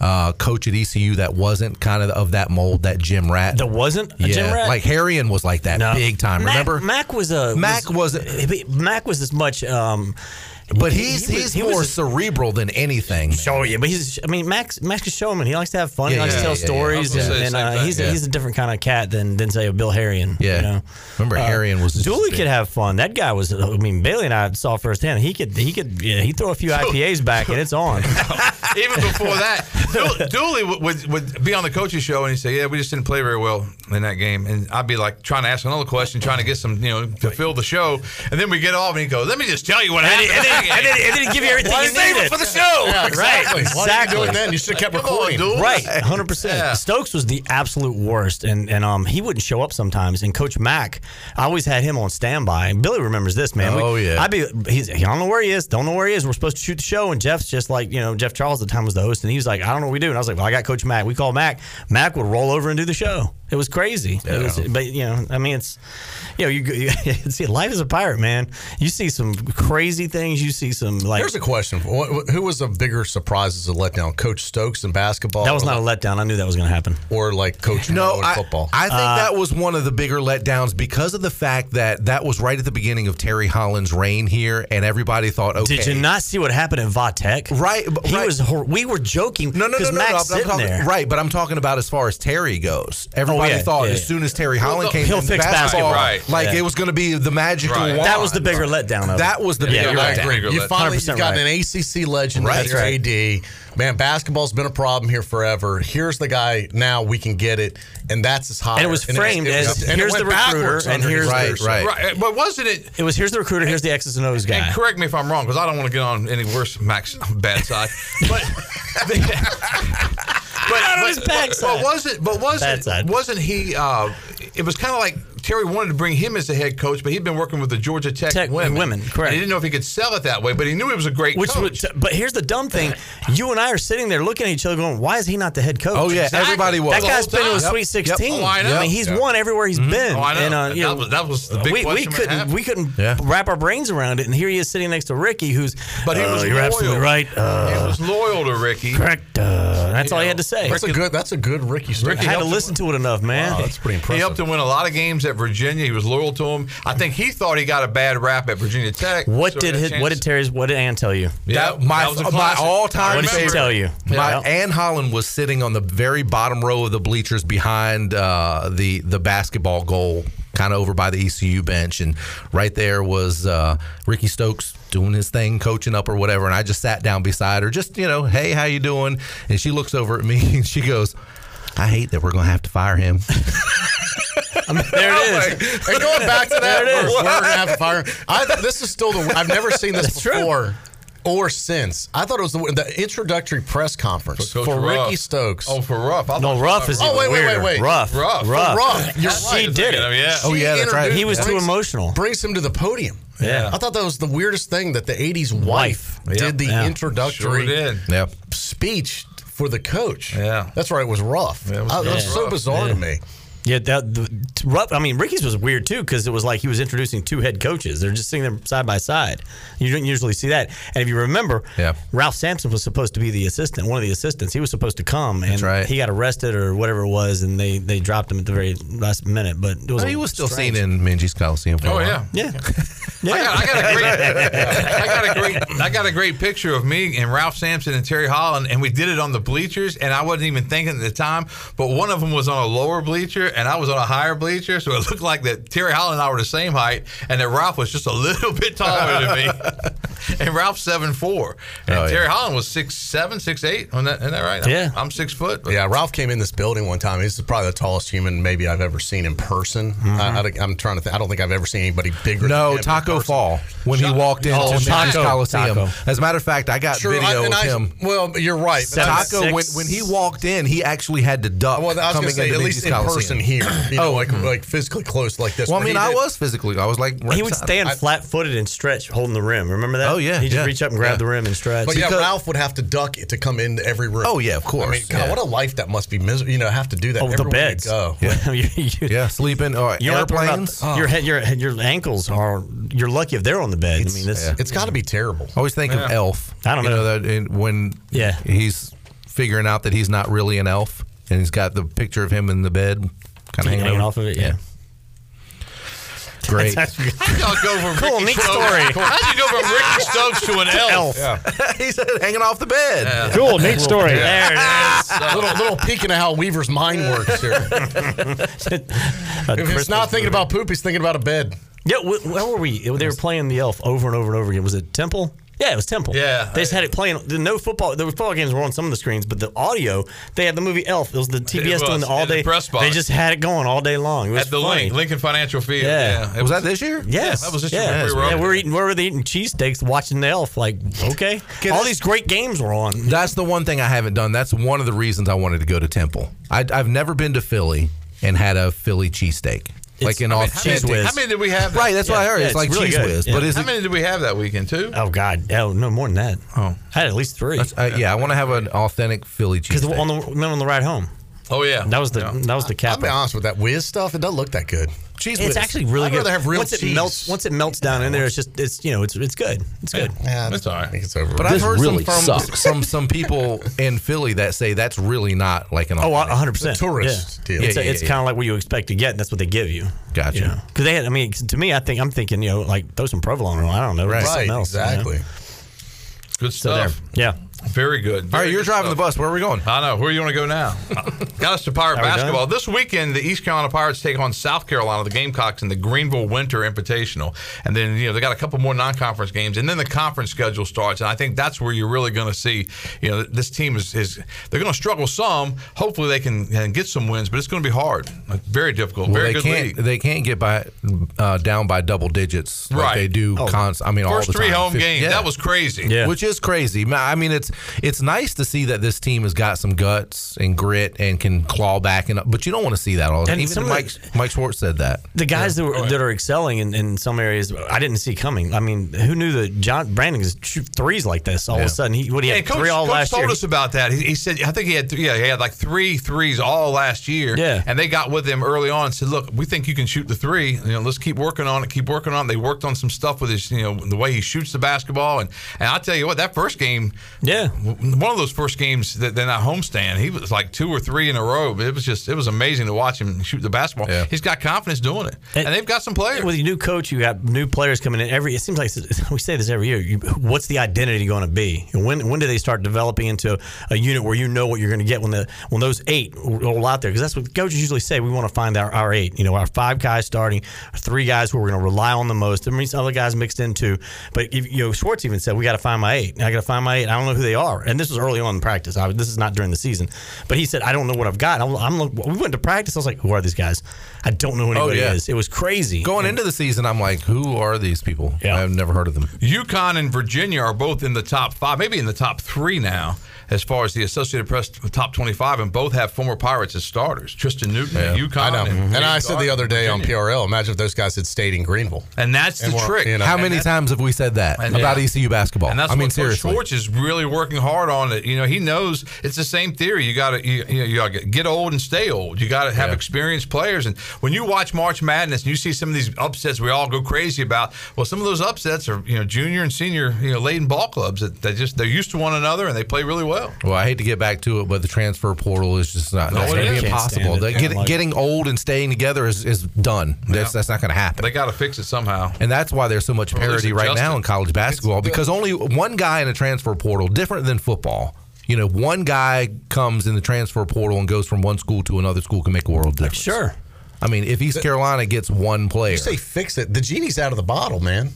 Speaker 4: uh, coach at ECU that wasn't kind of of that mold, that gym rat? That
Speaker 6: wasn't a
Speaker 4: yeah,
Speaker 6: gym rat?
Speaker 4: Like Harrion was like that big time.
Speaker 6: Mac,
Speaker 4: Remember?
Speaker 6: Mac was a
Speaker 4: Mac
Speaker 6: was, Mac was as much. Um,
Speaker 4: But he's- he's more cerebral than anything.
Speaker 6: Sure, Oh, yeah, but he's. I mean, Max Max is showman. He likes to have fun.
Speaker 4: Yeah,
Speaker 6: he likes
Speaker 4: yeah,
Speaker 6: to tell
Speaker 4: yeah, yeah.
Speaker 6: stories,
Speaker 4: I was
Speaker 6: and,
Speaker 4: gonna say
Speaker 6: and,
Speaker 4: the same
Speaker 6: uh,
Speaker 4: thing.
Speaker 6: he's
Speaker 4: Yeah.
Speaker 6: a, he's a different kind of cat than than say a Bill Harrion. Yeah, you know? Uh,
Speaker 4: Remember Harrion was just
Speaker 6: Dooley could have fun. That guy was. I mean, Bailey and I saw firsthand. He could he could yeah, he throw a few IPAs back and it's on.
Speaker 3: Even before that, Du- Dooley would, would, would be on the coach's show and he'd say, "Yeah, we just didn't play very well in that game." And I'd be like trying to ask another question, trying to get some, you know, to fill the show. And then we get off, and he goes, "Let me just tell you what
Speaker 6: And
Speaker 3: happened."
Speaker 6: it- and it- and it- it didn't give you everything
Speaker 3: Why
Speaker 6: you
Speaker 3: did save it
Speaker 6: needed.
Speaker 3: for the show.
Speaker 6: Yeah, exactly. Right, Why are you exactly. doing that? You
Speaker 14: should have
Speaker 3: kept recording. Dude.
Speaker 6: Right, hundred
Speaker 3: Yeah.
Speaker 6: percent. Stokes was the absolute worst, and and um he wouldn't show up sometimes. And Coach Mack, I always had him on standby. And Billy remembers this man.
Speaker 4: Oh, yeah.
Speaker 6: I'd be he's I don't know where he is, don't know where he is. We're supposed to shoot the show, and Jeff's just like you know Jeff Charles at the time was the host, and he was like I don't know what we do, and I was like well I got Coach Mack. We call Mack. Mack would roll over and do the show. It was crazy. It was- but you know I mean it's you know you, you see life as a pirate man. You see some crazy things. You see some like
Speaker 14: Here's a question: What- what- Who was a bigger surprise as a letdown? Coach Stokes in basketball?
Speaker 6: That was not a letdown. I knew that was going to happen.
Speaker 14: Or like Coach
Speaker 4: No,
Speaker 14: Monroe in
Speaker 4: I,
Speaker 14: football?
Speaker 4: I think
Speaker 6: Uh,
Speaker 4: that was one of the bigger letdowns because of the fact that that was right at the beginning of Terry Holland's reign here, and everybody thought, okay,
Speaker 6: Did you not see what happened at Vatek? Right, he was. Hor- we were joking.
Speaker 4: No, no, no, no, no,
Speaker 6: Max
Speaker 4: I'm
Speaker 6: sitting
Speaker 4: talking-
Speaker 6: there. Oh,
Speaker 4: Right, but I'm talking about as far as Terry goes. Everybody
Speaker 6: yeah,
Speaker 4: thought
Speaker 6: yeah,
Speaker 4: as
Speaker 6: yeah.
Speaker 4: soon as Terry
Speaker 6: Well,
Speaker 4: Holland
Speaker 6: no,
Speaker 4: came
Speaker 6: he'll
Speaker 4: in,
Speaker 6: fix basketball. Right,
Speaker 4: Like
Speaker 6: yeah.
Speaker 4: it was going to be the magical
Speaker 6: Right.
Speaker 4: wand.
Speaker 6: That was the bigger letdown of it.
Speaker 4: That was the
Speaker 6: Yeah,
Speaker 4: bigger
Speaker 6: you're right.
Speaker 4: letdown.
Speaker 6: Bigger
Speaker 14: You finally you've
Speaker 6: 100%
Speaker 14: got
Speaker 6: right.
Speaker 14: an ACC legend,
Speaker 6: Right.
Speaker 14: that's
Speaker 6: That's right.
Speaker 14: AD. Man, basketball's been a problem here forever. Here's the guy now we can get it, and that's his high.
Speaker 6: And it was framed as here's the recruiter and here's the
Speaker 3: Right, But wasn't it?
Speaker 6: It was here's the recruiter, here's the X's and O's guy.
Speaker 3: And correct me if I'm wrong, because I don't want to get on any worse Max bad side. But but, but, but, but was it? But wasn't wasn't he? Uh, it was kind of like Terry wanted to bring him as a head coach, but he'd been working with the Georgia Tech, women.
Speaker 6: women, correct.
Speaker 3: And he didn't know if he could sell it that way, but he knew he was a great
Speaker 6: Which
Speaker 3: coach.
Speaker 6: would, but here's the dumb thing: you and I are sitting there looking at each other, going, "Why is he not the head coach?"
Speaker 3: Oh, yeah, Exactly. everybody
Speaker 6: That
Speaker 3: was. The
Speaker 6: guy's
Speaker 3: whole
Speaker 6: been to
Speaker 3: time.
Speaker 6: a
Speaker 3: Yep,
Speaker 6: Sweet
Speaker 3: yep.
Speaker 6: Sixteen.
Speaker 3: Oh, I know.
Speaker 6: mean, he's
Speaker 3: Yep.
Speaker 6: won everywhere he's
Speaker 3: Mhm.
Speaker 6: been.
Speaker 3: Oh, I know.
Speaker 6: And, uh,
Speaker 3: That
Speaker 6: you know,
Speaker 3: was- that was the big
Speaker 6: we, we
Speaker 3: question we
Speaker 6: couldn't
Speaker 3: had.
Speaker 6: we couldn't wrap our brains around it, and here he is sitting next to Ricky, who's
Speaker 3: But he
Speaker 6: "Uh,
Speaker 3: was
Speaker 6: you're
Speaker 3: loyal.
Speaker 6: absolutely right. Uh,
Speaker 3: he was loyal to Ricky.
Speaker 6: Correct. Uh, that's
Speaker 3: You
Speaker 6: all he
Speaker 3: know,
Speaker 6: had to say.
Speaker 3: That's a Ricky- good-
Speaker 5: that's a good Ricky story.
Speaker 6: I had to listen to it enough, man.
Speaker 3: He helped him win a lot of games at Virginia. He was loyal to him. I think he thought he got a bad rap at Virginia Tech.
Speaker 6: What
Speaker 3: So
Speaker 6: did
Speaker 3: that
Speaker 6: his, what
Speaker 3: chance-
Speaker 6: did Terry's what did Ann tell you?
Speaker 3: Yeah,
Speaker 4: That, my
Speaker 3: that was a
Speaker 4: my
Speaker 3: classic.
Speaker 4: all time.
Speaker 6: What did she
Speaker 4: favorite,
Speaker 6: tell you?
Speaker 4: My
Speaker 6: Yeah.
Speaker 4: Ann Holland was sitting on the very bottom row of the bleachers behind uh, the the basketball goal, kind of over by the ECU bench, and right there was uh, Ricky Stokes doing his thing, coaching up or whatever. And I just sat down beside her, just you know, hey, how you doing? And she looks over at me and she goes. I hate that we're going to have to fire him.
Speaker 6: there it is.
Speaker 5: and going back to that,
Speaker 6: There it is.
Speaker 5: we're, we're gonna have to fire. him. I, this is still the. I've never seen this before. Or since I thought it was the, the introductory press conference for,
Speaker 3: Coach Ruff.
Speaker 5: Ricky Stokes.
Speaker 3: Oh, for Ruff. I
Speaker 6: No,
Speaker 3: thought-
Speaker 6: rough is even
Speaker 5: Oh, wait, wait,
Speaker 6: weirder.
Speaker 5: wait, wait.
Speaker 6: Rough,
Speaker 3: Ruff.
Speaker 6: rough,
Speaker 5: Rough. You're
Speaker 6: she did it.
Speaker 5: Oh yeah, that's right.
Speaker 6: He was too
Speaker 5: Brings-
Speaker 6: emotional.
Speaker 5: Brings him to the podium.
Speaker 6: Yeah.
Speaker 5: I thought that was the weirdest thing that the '80s wife
Speaker 6: Wife.
Speaker 5: did the
Speaker 6: Yeah.
Speaker 5: introductory
Speaker 3: Sure did.
Speaker 5: speech for the coach.
Speaker 3: Yeah,
Speaker 5: that's right. It was rough.
Speaker 6: was
Speaker 5: I- that was
Speaker 6: rough.
Speaker 5: so
Speaker 6: Rough.
Speaker 5: bizarre
Speaker 6: Yeah.
Speaker 5: to me.
Speaker 6: Yeah, that the, t- rough. I mean, Ricky's was weird too because it was like he was introducing two head coaches. They're just sitting there side by side. You don't usually see that. And if you remember, Ralph Sampson was supposed to be the assistant, one of the assistants. He was supposed to come, and he got arrested or whatever it was, and they they dropped him at the very last minute. But it was
Speaker 4: he was still
Speaker 6: strange.
Speaker 4: seen in Minji's Coliseum. For a
Speaker 3: Oh
Speaker 4: while.
Speaker 3: yeah,
Speaker 6: yeah.
Speaker 3: I, got, I got a great, I got a great, I got a great picture of me and Ralph Sampson and Terry Holland, and we did it on the bleachers, and I wasn't even thinking at the time. But one of them was on a lower bleacher, and I was on a higher bleacher, so it looked like that Terry Holland and I were the same height, and that Ralph was just a little bit taller than me. and Ralph's seven four, and
Speaker 5: Oh, yeah.
Speaker 3: Terry Holland was six seven, six eight. On that, isn't that right?
Speaker 5: Yeah.
Speaker 3: I'm six foot.
Speaker 5: Yeah, Ralph came in this building one time. He's probably the tallest human maybe I've ever seen in person. I, am trying to. Think, I don't think I've ever seen anybody bigger.
Speaker 4: Mm-hmm. No,
Speaker 5: than him.
Speaker 4: Taco Fall when he walked into
Speaker 5: Oh,
Speaker 4: Minji's
Speaker 5: Taco.
Speaker 4: Coliseum.
Speaker 5: Taco.
Speaker 4: As a matter of fact, I got
Speaker 5: Sure, I-
Speaker 4: video
Speaker 5: and
Speaker 4: of
Speaker 5: I-
Speaker 4: him.
Speaker 5: Well, you're right. but I-
Speaker 4: Taco, when, when he walked in, he actually had to duck.
Speaker 5: Well, I was
Speaker 4: coming
Speaker 5: going to say
Speaker 4: into
Speaker 5: at
Speaker 4: Minji's
Speaker 5: least in
Speaker 4: Coliseum.
Speaker 5: person here. You know,
Speaker 4: Oh,
Speaker 5: like
Speaker 4: mhm.
Speaker 5: like physically close like this.
Speaker 4: Well, I
Speaker 5: But he
Speaker 4: mean, I
Speaker 5: did-
Speaker 4: was physically. I was like,
Speaker 6: He would
Speaker 4: right side.
Speaker 6: stand
Speaker 4: I-
Speaker 6: flat footed and stretch, holding the rim. Remember that?
Speaker 4: Oh, yeah,
Speaker 6: He just
Speaker 4: yeah.
Speaker 6: reach up and grab
Speaker 4: Yeah.
Speaker 6: the rim and stretch.
Speaker 5: But yeah, Ralph would have to duck it to come into every room.
Speaker 4: Oh, yeah, of
Speaker 5: I mean,
Speaker 4: course,
Speaker 5: God,
Speaker 4: yeah.
Speaker 5: what a life that must be miserable. You know, have to do that.
Speaker 6: Oh, the
Speaker 5: everywhere you
Speaker 6: beds.
Speaker 5: Go.
Speaker 4: Yeah.
Speaker 6: yeah,
Speaker 4: sleeping or
Speaker 6: You don't have to worry about-
Speaker 4: airplanes.
Speaker 6: Oh. Your head, your head- your ankles are. You're lucky if they're on the bed. I mean, that's,
Speaker 5: it's got to be terrible.
Speaker 4: I always think of
Speaker 6: Yeah.
Speaker 4: Elf.
Speaker 6: I don't
Speaker 4: You
Speaker 6: know.
Speaker 4: that in, when yeah he's figuring out that he's not really an elf, and he's got the picture of him in the bed, kind of hanging,
Speaker 6: Hanging
Speaker 4: over.
Speaker 6: off of it, yeah.
Speaker 4: Great.
Speaker 6: That's good.
Speaker 3: How'd y'all go from
Speaker 6: Cool,
Speaker 3: Ricky
Speaker 6: neat
Speaker 3: Stokes-
Speaker 6: story.
Speaker 3: How'd you go from Ricky Stokes to an elf?
Speaker 4: he said hanging off the bed.
Speaker 23: Cool, neat story.
Speaker 6: There it is.
Speaker 5: little little peek into how Weaver's mind works here. if he's
Speaker 6: Christmas
Speaker 5: not
Speaker 6: movie.
Speaker 5: thinking about poop, he's thinking about a bed.
Speaker 6: Yeah, wh- where were we? They were playing the elf over and over and over again. Was it Temple? Yeah, it was Temple.
Speaker 3: Yeah.
Speaker 6: they just had it playing. The no football. The football games were on some of the screens, but the audio they had the movie Elf. It was the TBS
Speaker 3: was,
Speaker 6: doing the all
Speaker 3: in the
Speaker 6: day.
Speaker 3: press box.
Speaker 6: They just had it going all day long. It was
Speaker 3: At the
Speaker 6: funny.
Speaker 3: Link, Lincoln Financial Field.
Speaker 6: Yeah.
Speaker 3: Yeah. It
Speaker 4: this year?
Speaker 6: Yes,
Speaker 3: Yeah, that was this
Speaker 6: yeah.
Speaker 3: year when we were
Speaker 6: yeah,
Speaker 3: up
Speaker 6: we were eating. We were eating cheesesteaks, watching the Elf. Like, okay, all these great games were on.
Speaker 4: That's the one thing I haven't done. That's one of the reasons I wanted to go to Temple. I, I've never been to Philly and had a Philly cheesesteak. Like in all
Speaker 3: How many- How many did we have?
Speaker 4: Right, that's what I heard.
Speaker 6: Yeah,
Speaker 4: it's,
Speaker 6: it's
Speaker 4: like
Speaker 6: really
Speaker 4: cheese
Speaker 6: good.
Speaker 4: whiz,
Speaker 6: Yeah.
Speaker 4: but is
Speaker 3: How
Speaker 4: it?
Speaker 3: many did we have that weekend too?
Speaker 6: Oh God, oh no, more than that.
Speaker 4: Oh,
Speaker 6: I had at least three.
Speaker 4: That's, uh, yeah, I want to have an authentic Philly cheese.
Speaker 6: Because on the remember on the ride home,
Speaker 3: Oh yeah,
Speaker 6: that was the that was the
Speaker 5: I'll
Speaker 6: cap.
Speaker 5: be honest with that whiz stuff. It doesn't look that good.
Speaker 6: Cheese
Speaker 5: Cheese
Speaker 6: it's
Speaker 5: whiz.
Speaker 6: actually really
Speaker 5: I'd
Speaker 6: good.
Speaker 5: rather have real
Speaker 6: once
Speaker 5: cheese.
Speaker 6: it melts, once it melts down in there, it's just it's you know it's it's good. It's good.
Speaker 5: Yeah,
Speaker 3: that's all right. I
Speaker 5: think it's over.
Speaker 4: But I've
Speaker 6: This
Speaker 4: heard
Speaker 6: really
Speaker 4: some from,
Speaker 6: sucks.
Speaker 4: from some people in Philly that say that's really not like an
Speaker 6: Oh,
Speaker 4: authentic.
Speaker 6: 100 percent
Speaker 4: The tourist
Speaker 6: yeah.
Speaker 4: deal.
Speaker 6: It's,
Speaker 4: Yeah, yeah,
Speaker 6: it's
Speaker 4: yeah.
Speaker 6: kind of like what you expect to get, and that's what they give you.
Speaker 4: Gotcha.
Speaker 6: You know? 'Cause they had, I mean, to me, I think I'm thinking, you know, like throw some provolone. on it, I don't know,
Speaker 4: Right.
Speaker 6: something
Speaker 4: Right,
Speaker 6: else, you know?
Speaker 4: exactly.
Speaker 3: Good
Speaker 6: there.
Speaker 3: stuff.
Speaker 6: Yeah.
Speaker 3: Very good.
Speaker 4: All right, you're driving the bus. Where are we going?
Speaker 3: I know. Where you want to go now? Got us to Pirate
Speaker 4: Are we done?
Speaker 3: basketball. This weekend, the East Carolina Pirates take on South Carolina, the Gamecocks, in the Greenville Winter Invitational. And then, you know, they got a couple more non conference games. And then the conference schedule starts. And I think that's where you're really going to see, you know, this team is, is they're going to struggle some. Hopefully they can, can get some wins, but it's going to be hard. Very difficult.
Speaker 4: Well,
Speaker 3: Very
Speaker 4: they
Speaker 3: good
Speaker 4: can't.
Speaker 3: league.
Speaker 4: They can't get by uh, down by double digits like
Speaker 3: Right.
Speaker 4: they do.
Speaker 3: Oh.
Speaker 4: Cons, I mean, all
Speaker 3: First
Speaker 4: the
Speaker 3: three
Speaker 4: time.
Speaker 3: home
Speaker 4: Fif-
Speaker 3: games. That was crazy.
Speaker 4: Yeah. which is crazy. Ma- I mean, it's it's it's nice to see that this team has got some guts and grit and can claw back and up, but you don't want to see that all. the time.
Speaker 6: And
Speaker 4: Even
Speaker 6: some of
Speaker 4: Mike Mike Schwartz said that.
Speaker 6: The guys that, were, that are excelling in, in some areas, I didn't see coming. I mean, who knew that John Brandon could shoot threes like this all of
Speaker 3: Yeah.
Speaker 6: a sudden? He what he
Speaker 3: Yeah,
Speaker 6: had
Speaker 3: Coach-
Speaker 6: three all
Speaker 3: Coach
Speaker 6: last
Speaker 3: told
Speaker 6: year.
Speaker 3: us about that. He, he said, I think he had, th- yeah, he had like three threes all last year. Yeah, and they got with him early on. and Said, look, we think you can shoot the three. You know, let's keep working on it. Keep working on it. They worked on some stuff with his, you know, the way he shoots the basketball. And and I tell you what, that first game,
Speaker 6: yeah,
Speaker 3: one of those first games that then that homestand, he was like two or three in a row. But it was just, it was amazing to watch him shoot the basketball. He's got confidence doing it, and, they've got some players.
Speaker 6: With your new coach, you got new players coming in every. It seems like it's- we say this every year. You, what's the identity going to be? When when do they start developing into a unit where you know what you're going to get when the when those eight roll out there? Because that's what coaches usually say. We want to find our, our eight. You know, our five guys starting, three guys who we're going to rely on the most. There may be some other guys mixed in too. But if, you know, Schwartz even said we got to find my eight. I got to find my eight. I don't know who they are. And this was early on in practice. I, this is not during the season. But he said I don't know what I've got. I'm, I'm look- we went to practice. I was like, who are these guys? I don't know who anybody is. It was crazy.
Speaker 4: Oh, Going into the season, I'm like, who are these people? I've never heard of them.
Speaker 3: UConn and Virginia are both in the top five, maybe in the top three now, as far as the Associated Press top 25, and both have former Pirates as starters. Tristan Newton at
Speaker 14: Yeah.
Speaker 3: UConn.
Speaker 14: I know.
Speaker 3: And,
Speaker 14: And, I said the other day on
Speaker 3: Virginia.
Speaker 14: PRL, imagine if those guys had stayed in Greenville.
Speaker 3: And that's the
Speaker 14: And we're-
Speaker 3: trick.
Speaker 14: you know.
Speaker 4: How
Speaker 14: And
Speaker 4: many times have we said that
Speaker 3: and-
Speaker 4: about
Speaker 3: yeah.
Speaker 4: ECU basketball?
Speaker 3: And that's
Speaker 4: I mean,
Speaker 3: what Coach
Speaker 4: seriously.
Speaker 3: Schwartz is really working hard on it. You know, he knows it's the same theory. You got to you, you, know, you gotta get old and stay old. You got to have experienced players. And when you watch March Madness and you see some of these upsets we all go crazy about, well, some of those upsets are you know junior and senior you know laden ball clubs that they just they're used to one another and they play really well.
Speaker 4: Well, I hate to get back to it, but the transfer portal is just not.
Speaker 3: No,
Speaker 4: that's
Speaker 3: it
Speaker 4: going to
Speaker 3: is.
Speaker 4: be
Speaker 3: Can't stand
Speaker 4: impossible.
Speaker 3: it.
Speaker 4: The-
Speaker 3: Yeah,
Speaker 4: get-
Speaker 3: like-
Speaker 4: getting old and staying together is, is done. That's that's not going to happen.
Speaker 3: They got to fix it somehow.
Speaker 4: And that's why there's so much
Speaker 3: Or at least
Speaker 4: parity right
Speaker 3: adjust
Speaker 4: now
Speaker 3: it.
Speaker 4: in college basketball because only one guy in a transfer portal, different than football. You know, one guy comes in the transfer portal and goes from one school to another school can make a world of difference. Sure. I mean, if East Carolina gets one player,
Speaker 14: You say fix it. The genie's out of the bottle, man.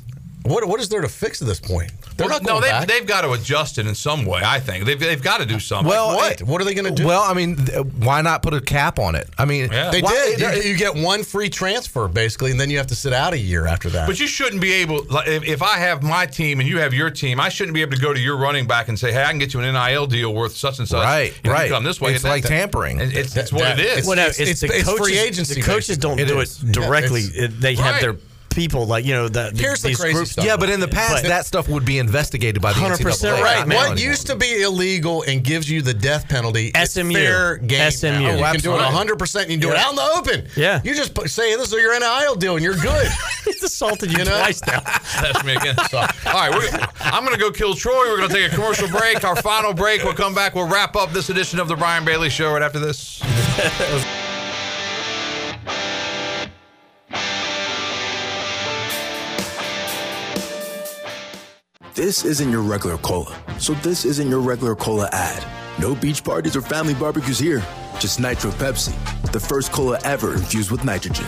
Speaker 14: What what is there to fix at this point? They're
Speaker 3: Well,
Speaker 14: not going
Speaker 3: no,
Speaker 14: back.
Speaker 3: they've, they've got to adjust it in some way. I think they've, they've got to do something.
Speaker 14: what? What are they going to do?
Speaker 4: Well, I mean, th- why not put a cap on it? I mean,
Speaker 14: they
Speaker 4: why-
Speaker 14: did. You, you get one free transfer basically, and then you have to sit out a year after that.
Speaker 3: But you shouldn't be able. Like, if, if I have my team and you have your team, I shouldn't be able to go to your running back and say, "Hey, I can get you an NIL deal worth such and such."
Speaker 4: Right,
Speaker 3: if you
Speaker 4: right.
Speaker 3: Come this way.
Speaker 4: It's
Speaker 3: And
Speaker 4: like tampering.
Speaker 3: and It's, it's what
Speaker 4: That-
Speaker 3: it is.
Speaker 4: it's- Well, no, it's- it's
Speaker 6: the coaches, The coaches don't do it directly. It- they have their people like you know that these groups.
Speaker 4: Yeah, but in the past,
Speaker 6: But-
Speaker 4: that stuff would be investigated by the
Speaker 6: 100%
Speaker 4: NCAA.
Speaker 6: right.
Speaker 4: Not
Speaker 14: What
Speaker 4: anymore.
Speaker 14: used to be illegal and gives you the death penalty is
Speaker 6: SMU.
Speaker 14: fair game.
Speaker 6: SMU.
Speaker 14: Now. Oh, You can do it
Speaker 6: Absolutely.
Speaker 14: 100. percent You can do it
Speaker 6: Yeah.
Speaker 14: out in the open.
Speaker 6: Yeah.
Speaker 14: You just put- say this is your NIL deal, and you're good.
Speaker 6: it's assaulted you, twice now.
Speaker 3: That's me again. So, all right, we're, I'm going to go kill Troy. We're going to take a commercial break. Our final break. We'll come back. We'll wrap up this edition of the Brian Bailey Show right after this.
Speaker 24: This isn't your regular cola. So this isn't your regular cola ad. No beach parties or family barbecues here. Just Nitro Pepsi, the first cola ever infused with nitrogen.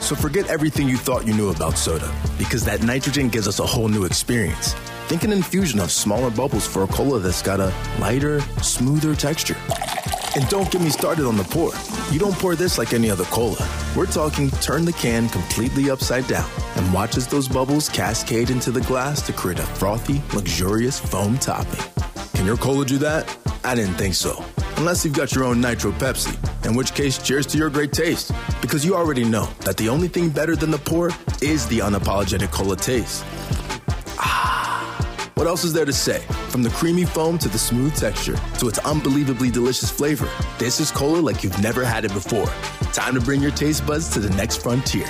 Speaker 24: So forget everything you thought you knew about soda, because that nitrogen gives us a whole new experience. Think an infusion of smaller bubbles for a cola that's got a lighter, smoother texture. And don't get me started on the pour. You don't pour this like any other cola. We're talking turn the can completely upside down and watch as those bubbles cascade into the glass to create a frothy, luxurious foam topping. Can your cola do that? I didn't think so. Unless you've got your own Nitro Pepsi, in which case, cheers to your great taste. Because you already know that the only thing better than the pour is the unapologetic cola taste. Ah, What else is there to say? From the creamy foam to the smooth texture to its unbelievably delicious flavor, this is cola like you've never had it before. Time to bring your taste buds to the next frontier.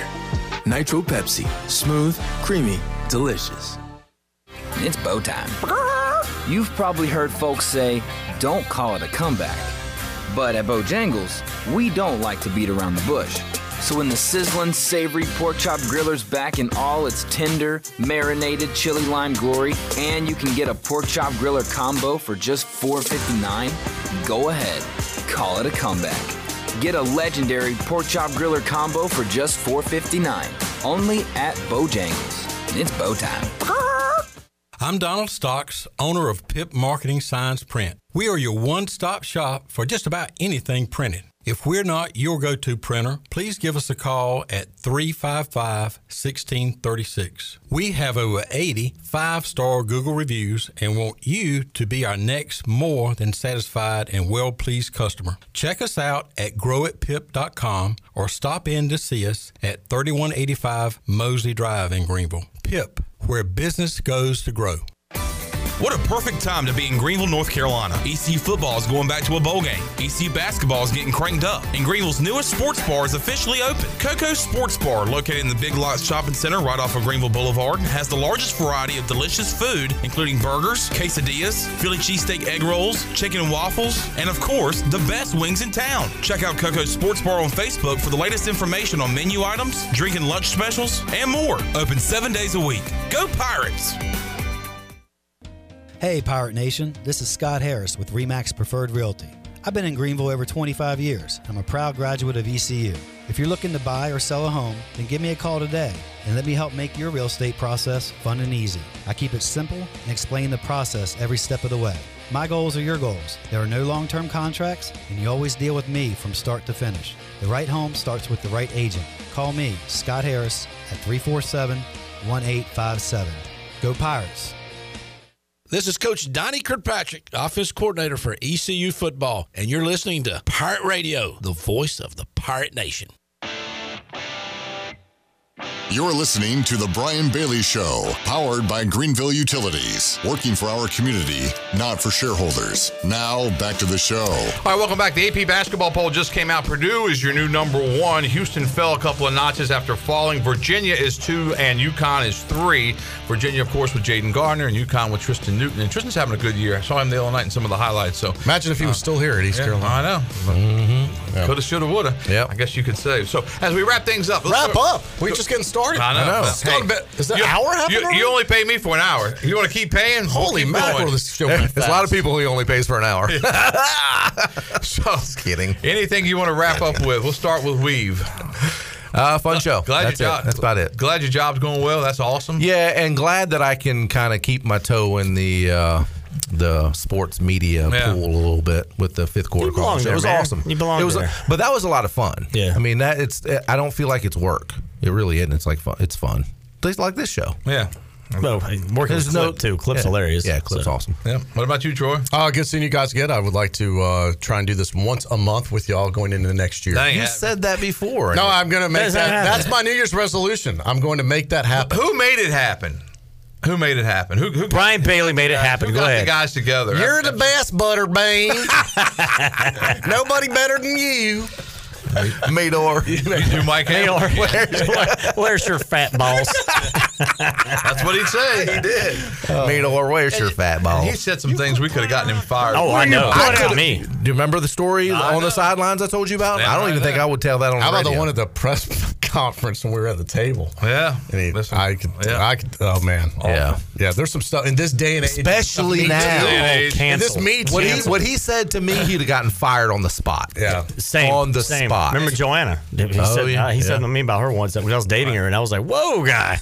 Speaker 24: Nitro Pepsi. Smooth, creamy, delicious.
Speaker 25: It's bow time. You've probably heard folks say, don't call it a comeback. But at Bojangles, we don't like to beat around the bush. So when the sizzling, savory pork chop griller's back in all its tender, marinated chili lime glory, and you can get a pork chop griller combo for just $4.59, go ahead, call it a comeback. Get a legendary pork chop griller combo for just $4.59, only at Bojangles. It's bow time.
Speaker 8: I'm Donald Stocks, owner of Pip Marketing Signs Print. We are your one stop shop for just about anything printed.
Speaker 14: If we're not your go to printer, please give us a call at 355 1636. We have over 80 five star Google reviews and want you to be our next more than satisfied and well pleased customer. Check us out at growitpip.com or stop in to see us at 3185 Mosley Drive in Greenville. Pip, where business goes to grow.
Speaker 7: What a perfect time to be in Greenville, North Carolina. ECU football is going back to a bowl game. ECU basketball is getting cranked up. And Greenville's newest sports bar is officially open. Coco Sports Bar, located in the Big Lots Shopping Center right off of Greenville Boulevard, has the largest variety of delicious food, including burgers, quesadillas, Philly cheesesteak egg rolls, chicken and waffles, and of course, the best wings in town. Check out Coco Sports Bar on Facebook for the latest information on menu items, drinking lunch specials, and more. Open seven days a week. Go Pirates!
Speaker 11: Hey, Pirate Nation, this is Scott Harris with REMAX Preferred Realty. I've been in Greenville over 25 years. I'm a proud graduate of ECU. If you're looking to buy or sell a home, then give me a call today and let me help make your real estate process fun and easy. I keep it simple and explain the process every step of the way. My goals are your goals. There are no long term contracts, and you always deal with me from start to finish. The right home starts with the right agent. Call me, Scott Harris, at 347 1857. Go Pirates!
Speaker 26: This is Coach Donnie Kirkpatrick, Office Coordinator for ECU Football, and you're listening to Pirate Radio, the voice of the Pirate Nation.
Speaker 1: You're listening to The Brian Bailey Show, powered by Greenville Utilities, working for our community, not for shareholders. Now, back to the show.
Speaker 3: All right, welcome back. The AP basketball poll just came out. Purdue is your new number one. Houston fell a couple of notches after falling. Virginia is two, and UConn is three. Virginia, of course, with Jaden Gardner, and UConn with Tristan Newton. And Tristan's having a good year. I saw him the other night in some of the highlights. So Uh,
Speaker 5: Imagine if he was still here at East
Speaker 3: yeah, I
Speaker 5: Carolina. Mm-hmm.
Speaker 3: know. Coulda, shoulda, woulda. Yeah. I guess you could say. So as we wrap things up, let's
Speaker 5: Wrap
Speaker 3: start-
Speaker 5: up. We just getting started.
Speaker 3: I know.
Speaker 5: It's
Speaker 3: Hey,
Speaker 5: gone about- is that
Speaker 3: you-
Speaker 5: an hour
Speaker 3: you-
Speaker 5: happening?
Speaker 3: You, only pay me for an hour. You want to keep paying? We'll
Speaker 5: Holy
Speaker 3: keep
Speaker 5: mackerel,
Speaker 3: going.
Speaker 5: this show went
Speaker 4: There's a lot of people who only pays for an hour.
Speaker 3: so, just
Speaker 4: kidding.
Speaker 3: Anything you want to wrap up with? We'll start with Weave.
Speaker 4: Uh, fun show.
Speaker 3: Glad
Speaker 4: That's
Speaker 3: your
Speaker 4: it.
Speaker 3: job.
Speaker 4: That's about it.
Speaker 3: Glad your job's going well. That's awesome.
Speaker 4: Yeah, and glad that I can kind of keep my toe in the uh, the sports media
Speaker 3: Yeah.
Speaker 4: pool a little bit with the fifth quarter call.
Speaker 3: belong there,
Speaker 4: it was
Speaker 3: man.
Speaker 4: awesome.
Speaker 3: You belong
Speaker 4: it was,
Speaker 3: there.
Speaker 4: But that was a lot of fun. Yeah, I mean that it's. I don't feel like it's work. It really isn't. It's like fun. It's fun. At least like this show.
Speaker 3: Yeah.
Speaker 6: Well, working with Clip too. Clip's
Speaker 4: yeah.
Speaker 6: hilarious.
Speaker 4: Yeah, Clip's
Speaker 6: so.
Speaker 4: awesome.
Speaker 3: Yeah. What about you, Troy?
Speaker 5: Uh, good seeing you guys again. I would like to uh, try and do this once a month with y'all going into the next year.
Speaker 4: you said that before.
Speaker 5: No, I'm going to make
Speaker 4: Doesn't
Speaker 5: that.
Speaker 4: happen.
Speaker 5: That's my New Year's resolution. I'm going to make that happen.
Speaker 3: Who made it happen? Who made it happen? Who? who
Speaker 6: Brian Bailey made it happen.
Speaker 3: Who
Speaker 6: Go
Speaker 3: got
Speaker 6: ahead.
Speaker 3: the guys together?
Speaker 5: You're the best, Butterbane. Nobody better than you.
Speaker 4: Mador.
Speaker 3: You do Mike Hamilton.
Speaker 6: Where's, where- where's your fat balls?
Speaker 3: That's what he'd say. he did.
Speaker 4: Mador, where's your fat balls?
Speaker 3: He said some things we could have gotten him fired.
Speaker 4: Oh,
Speaker 3: for.
Speaker 4: I know. I
Speaker 3: could've-
Speaker 4: could- Do you remember the story on the sidelines I told you about?
Speaker 3: Yeah,
Speaker 4: I don't
Speaker 3: right
Speaker 4: even think
Speaker 3: there.
Speaker 4: I would tell that on
Speaker 5: How
Speaker 4: the
Speaker 5: about the
Speaker 4: radio.
Speaker 5: one at the press conference when we were at the table?
Speaker 3: Yeah,
Speaker 5: and he, I could, I could. Oh man,
Speaker 4: Yeah.
Speaker 5: yeah. There's some stuff in this day and age,
Speaker 4: Especially
Speaker 5: Me Too.
Speaker 4: now.
Speaker 5: In this me too.
Speaker 4: What he, what he said to me, he'd have gotten fired on the spot.
Speaker 5: Yeah.
Speaker 6: Same
Speaker 4: On the
Speaker 6: same.
Speaker 4: spot.
Speaker 6: Remember Joanna? He
Speaker 4: Oh,
Speaker 6: said,
Speaker 4: yeah.
Speaker 6: uh, he said
Speaker 4: Yeah.
Speaker 6: to me about her once that I was dating her, and I was like, "Whoa, guy,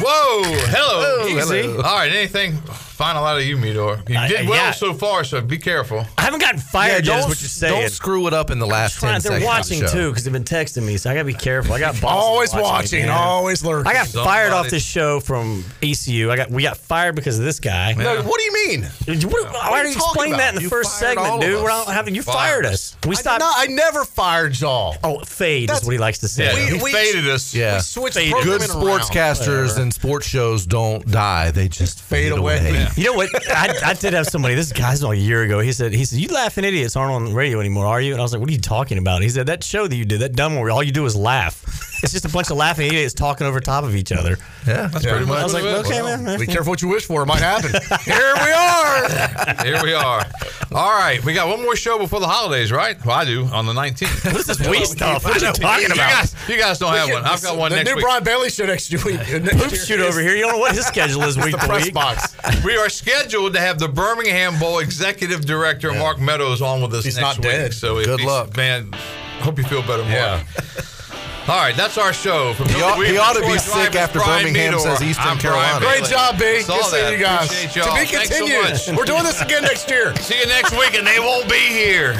Speaker 3: Whoa! Hello.
Speaker 6: Oh,
Speaker 3: Easy.
Speaker 6: hello.
Speaker 3: All right. Anything final out of you, Midor? You
Speaker 6: I-
Speaker 3: did
Speaker 6: I-
Speaker 3: well
Speaker 6: yeah.
Speaker 3: so far, so be careful.
Speaker 6: I haven't gotten fired yet." Is what you're saying?
Speaker 4: Don't screw it up in the last
Speaker 6: Trying-
Speaker 4: 10
Speaker 6: they're
Speaker 4: seconds.
Speaker 6: watching
Speaker 4: of the show.
Speaker 6: too because they've been texting me, so I gotta be careful. I got bosses
Speaker 5: Always
Speaker 6: me,
Speaker 5: watching,
Speaker 6: man.
Speaker 5: always lurking.
Speaker 6: I got fired off
Speaker 5: Somebody-
Speaker 6: this show from ECU. I got we got fired because of this guy.
Speaker 5: No, what do you mean?
Speaker 6: What, I already explained that in the first segment, dude. We're not having you fired us. We stopped.
Speaker 5: No, I never fired y'all.
Speaker 6: Oh, fade is what he likes to say.
Speaker 3: us.
Speaker 4: Yeah.
Speaker 5: we switched
Speaker 4: Good
Speaker 5: programming around.
Speaker 4: sportscasters and sports shows don't die. They just fade, away.
Speaker 6: You know what? I, I did have somebody. This guy's a year ago. He said, "He said you laughing idiots aren't on the radio anymore, are you?" And I was like, "What are you talking about?" He said, "That show that you did, that dumb one where all you do is laugh. It's just a bunch of laughing idiots talking over top of each other."
Speaker 4: Yeah,
Speaker 5: that's pretty much
Speaker 6: I was
Speaker 5: what
Speaker 6: like,
Speaker 5: it is.
Speaker 6: "Okay,
Speaker 5: Well,
Speaker 6: man."
Speaker 5: Be careful what you wish for; it might happen.
Speaker 3: Here we are. Here we are. All right. We got one more show before the holidays, right? Well, I do on the 19th. this is
Speaker 6: we stuff. What are you talking about?
Speaker 3: You guys, you guys don't
Speaker 5: We
Speaker 3: have
Speaker 5: can-
Speaker 3: one. I've got one
Speaker 5: the
Speaker 3: next
Speaker 5: new
Speaker 3: week.
Speaker 5: Brian Bailey show next week.
Speaker 6: Poop shoot over here. You don't know what his schedule is
Speaker 5: It's
Speaker 6: week
Speaker 5: the
Speaker 6: to
Speaker 5: press
Speaker 6: week.
Speaker 5: box.
Speaker 3: We are scheduled to have the Birmingham Bowl executive director Mark Meadows on with us
Speaker 5: He's
Speaker 3: next
Speaker 5: not
Speaker 3: week.
Speaker 5: dead.
Speaker 3: So if
Speaker 5: Good
Speaker 3: he's-
Speaker 5: luck.
Speaker 3: man. Hope you feel better, Mark.
Speaker 5: Yeah.
Speaker 3: All right, that's our show. From
Speaker 4: He
Speaker 3: Bill
Speaker 4: ought- he
Speaker 3: Weaver,
Speaker 4: ought to
Speaker 3: Troy
Speaker 4: be sick
Speaker 3: Drivers,
Speaker 4: after
Speaker 3: Brian
Speaker 4: Birmingham
Speaker 3: Meador.
Speaker 4: says Eastern
Speaker 3: I'm
Speaker 4: Carolina.
Speaker 3: Brian Bailey.
Speaker 5: Great job, B.
Speaker 3: Saw
Speaker 5: Good seeing
Speaker 3: that.
Speaker 5: you guys.
Speaker 3: Appreciate
Speaker 5: To
Speaker 3: y'all.
Speaker 5: be
Speaker 3: Thanks so
Speaker 5: continued.
Speaker 3: much.
Speaker 5: We're doing this again next year.
Speaker 3: See you next week, and they won't be here.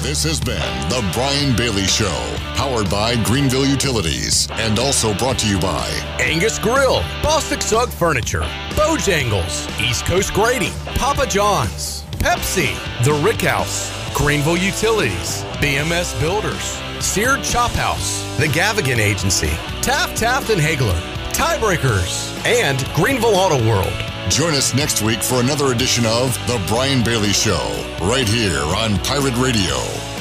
Speaker 1: This has been The Brian Bailey Show, powered by Greenville Utilities and also brought to you by
Speaker 5: Angus Grill, Bostic Sug Furniture, Bojangles, East Coast Grading, Papa John's, Pepsi, The Rick House, Greenville Utilities, BMS Builders, Seared Chop House, The Gavigan Agency, Taft Taft and Hagler, Tiebreakers, and Greenville Auto World.
Speaker 1: Join us next week for another edition of The Brian Bailey Show, right here on Pirate Radio.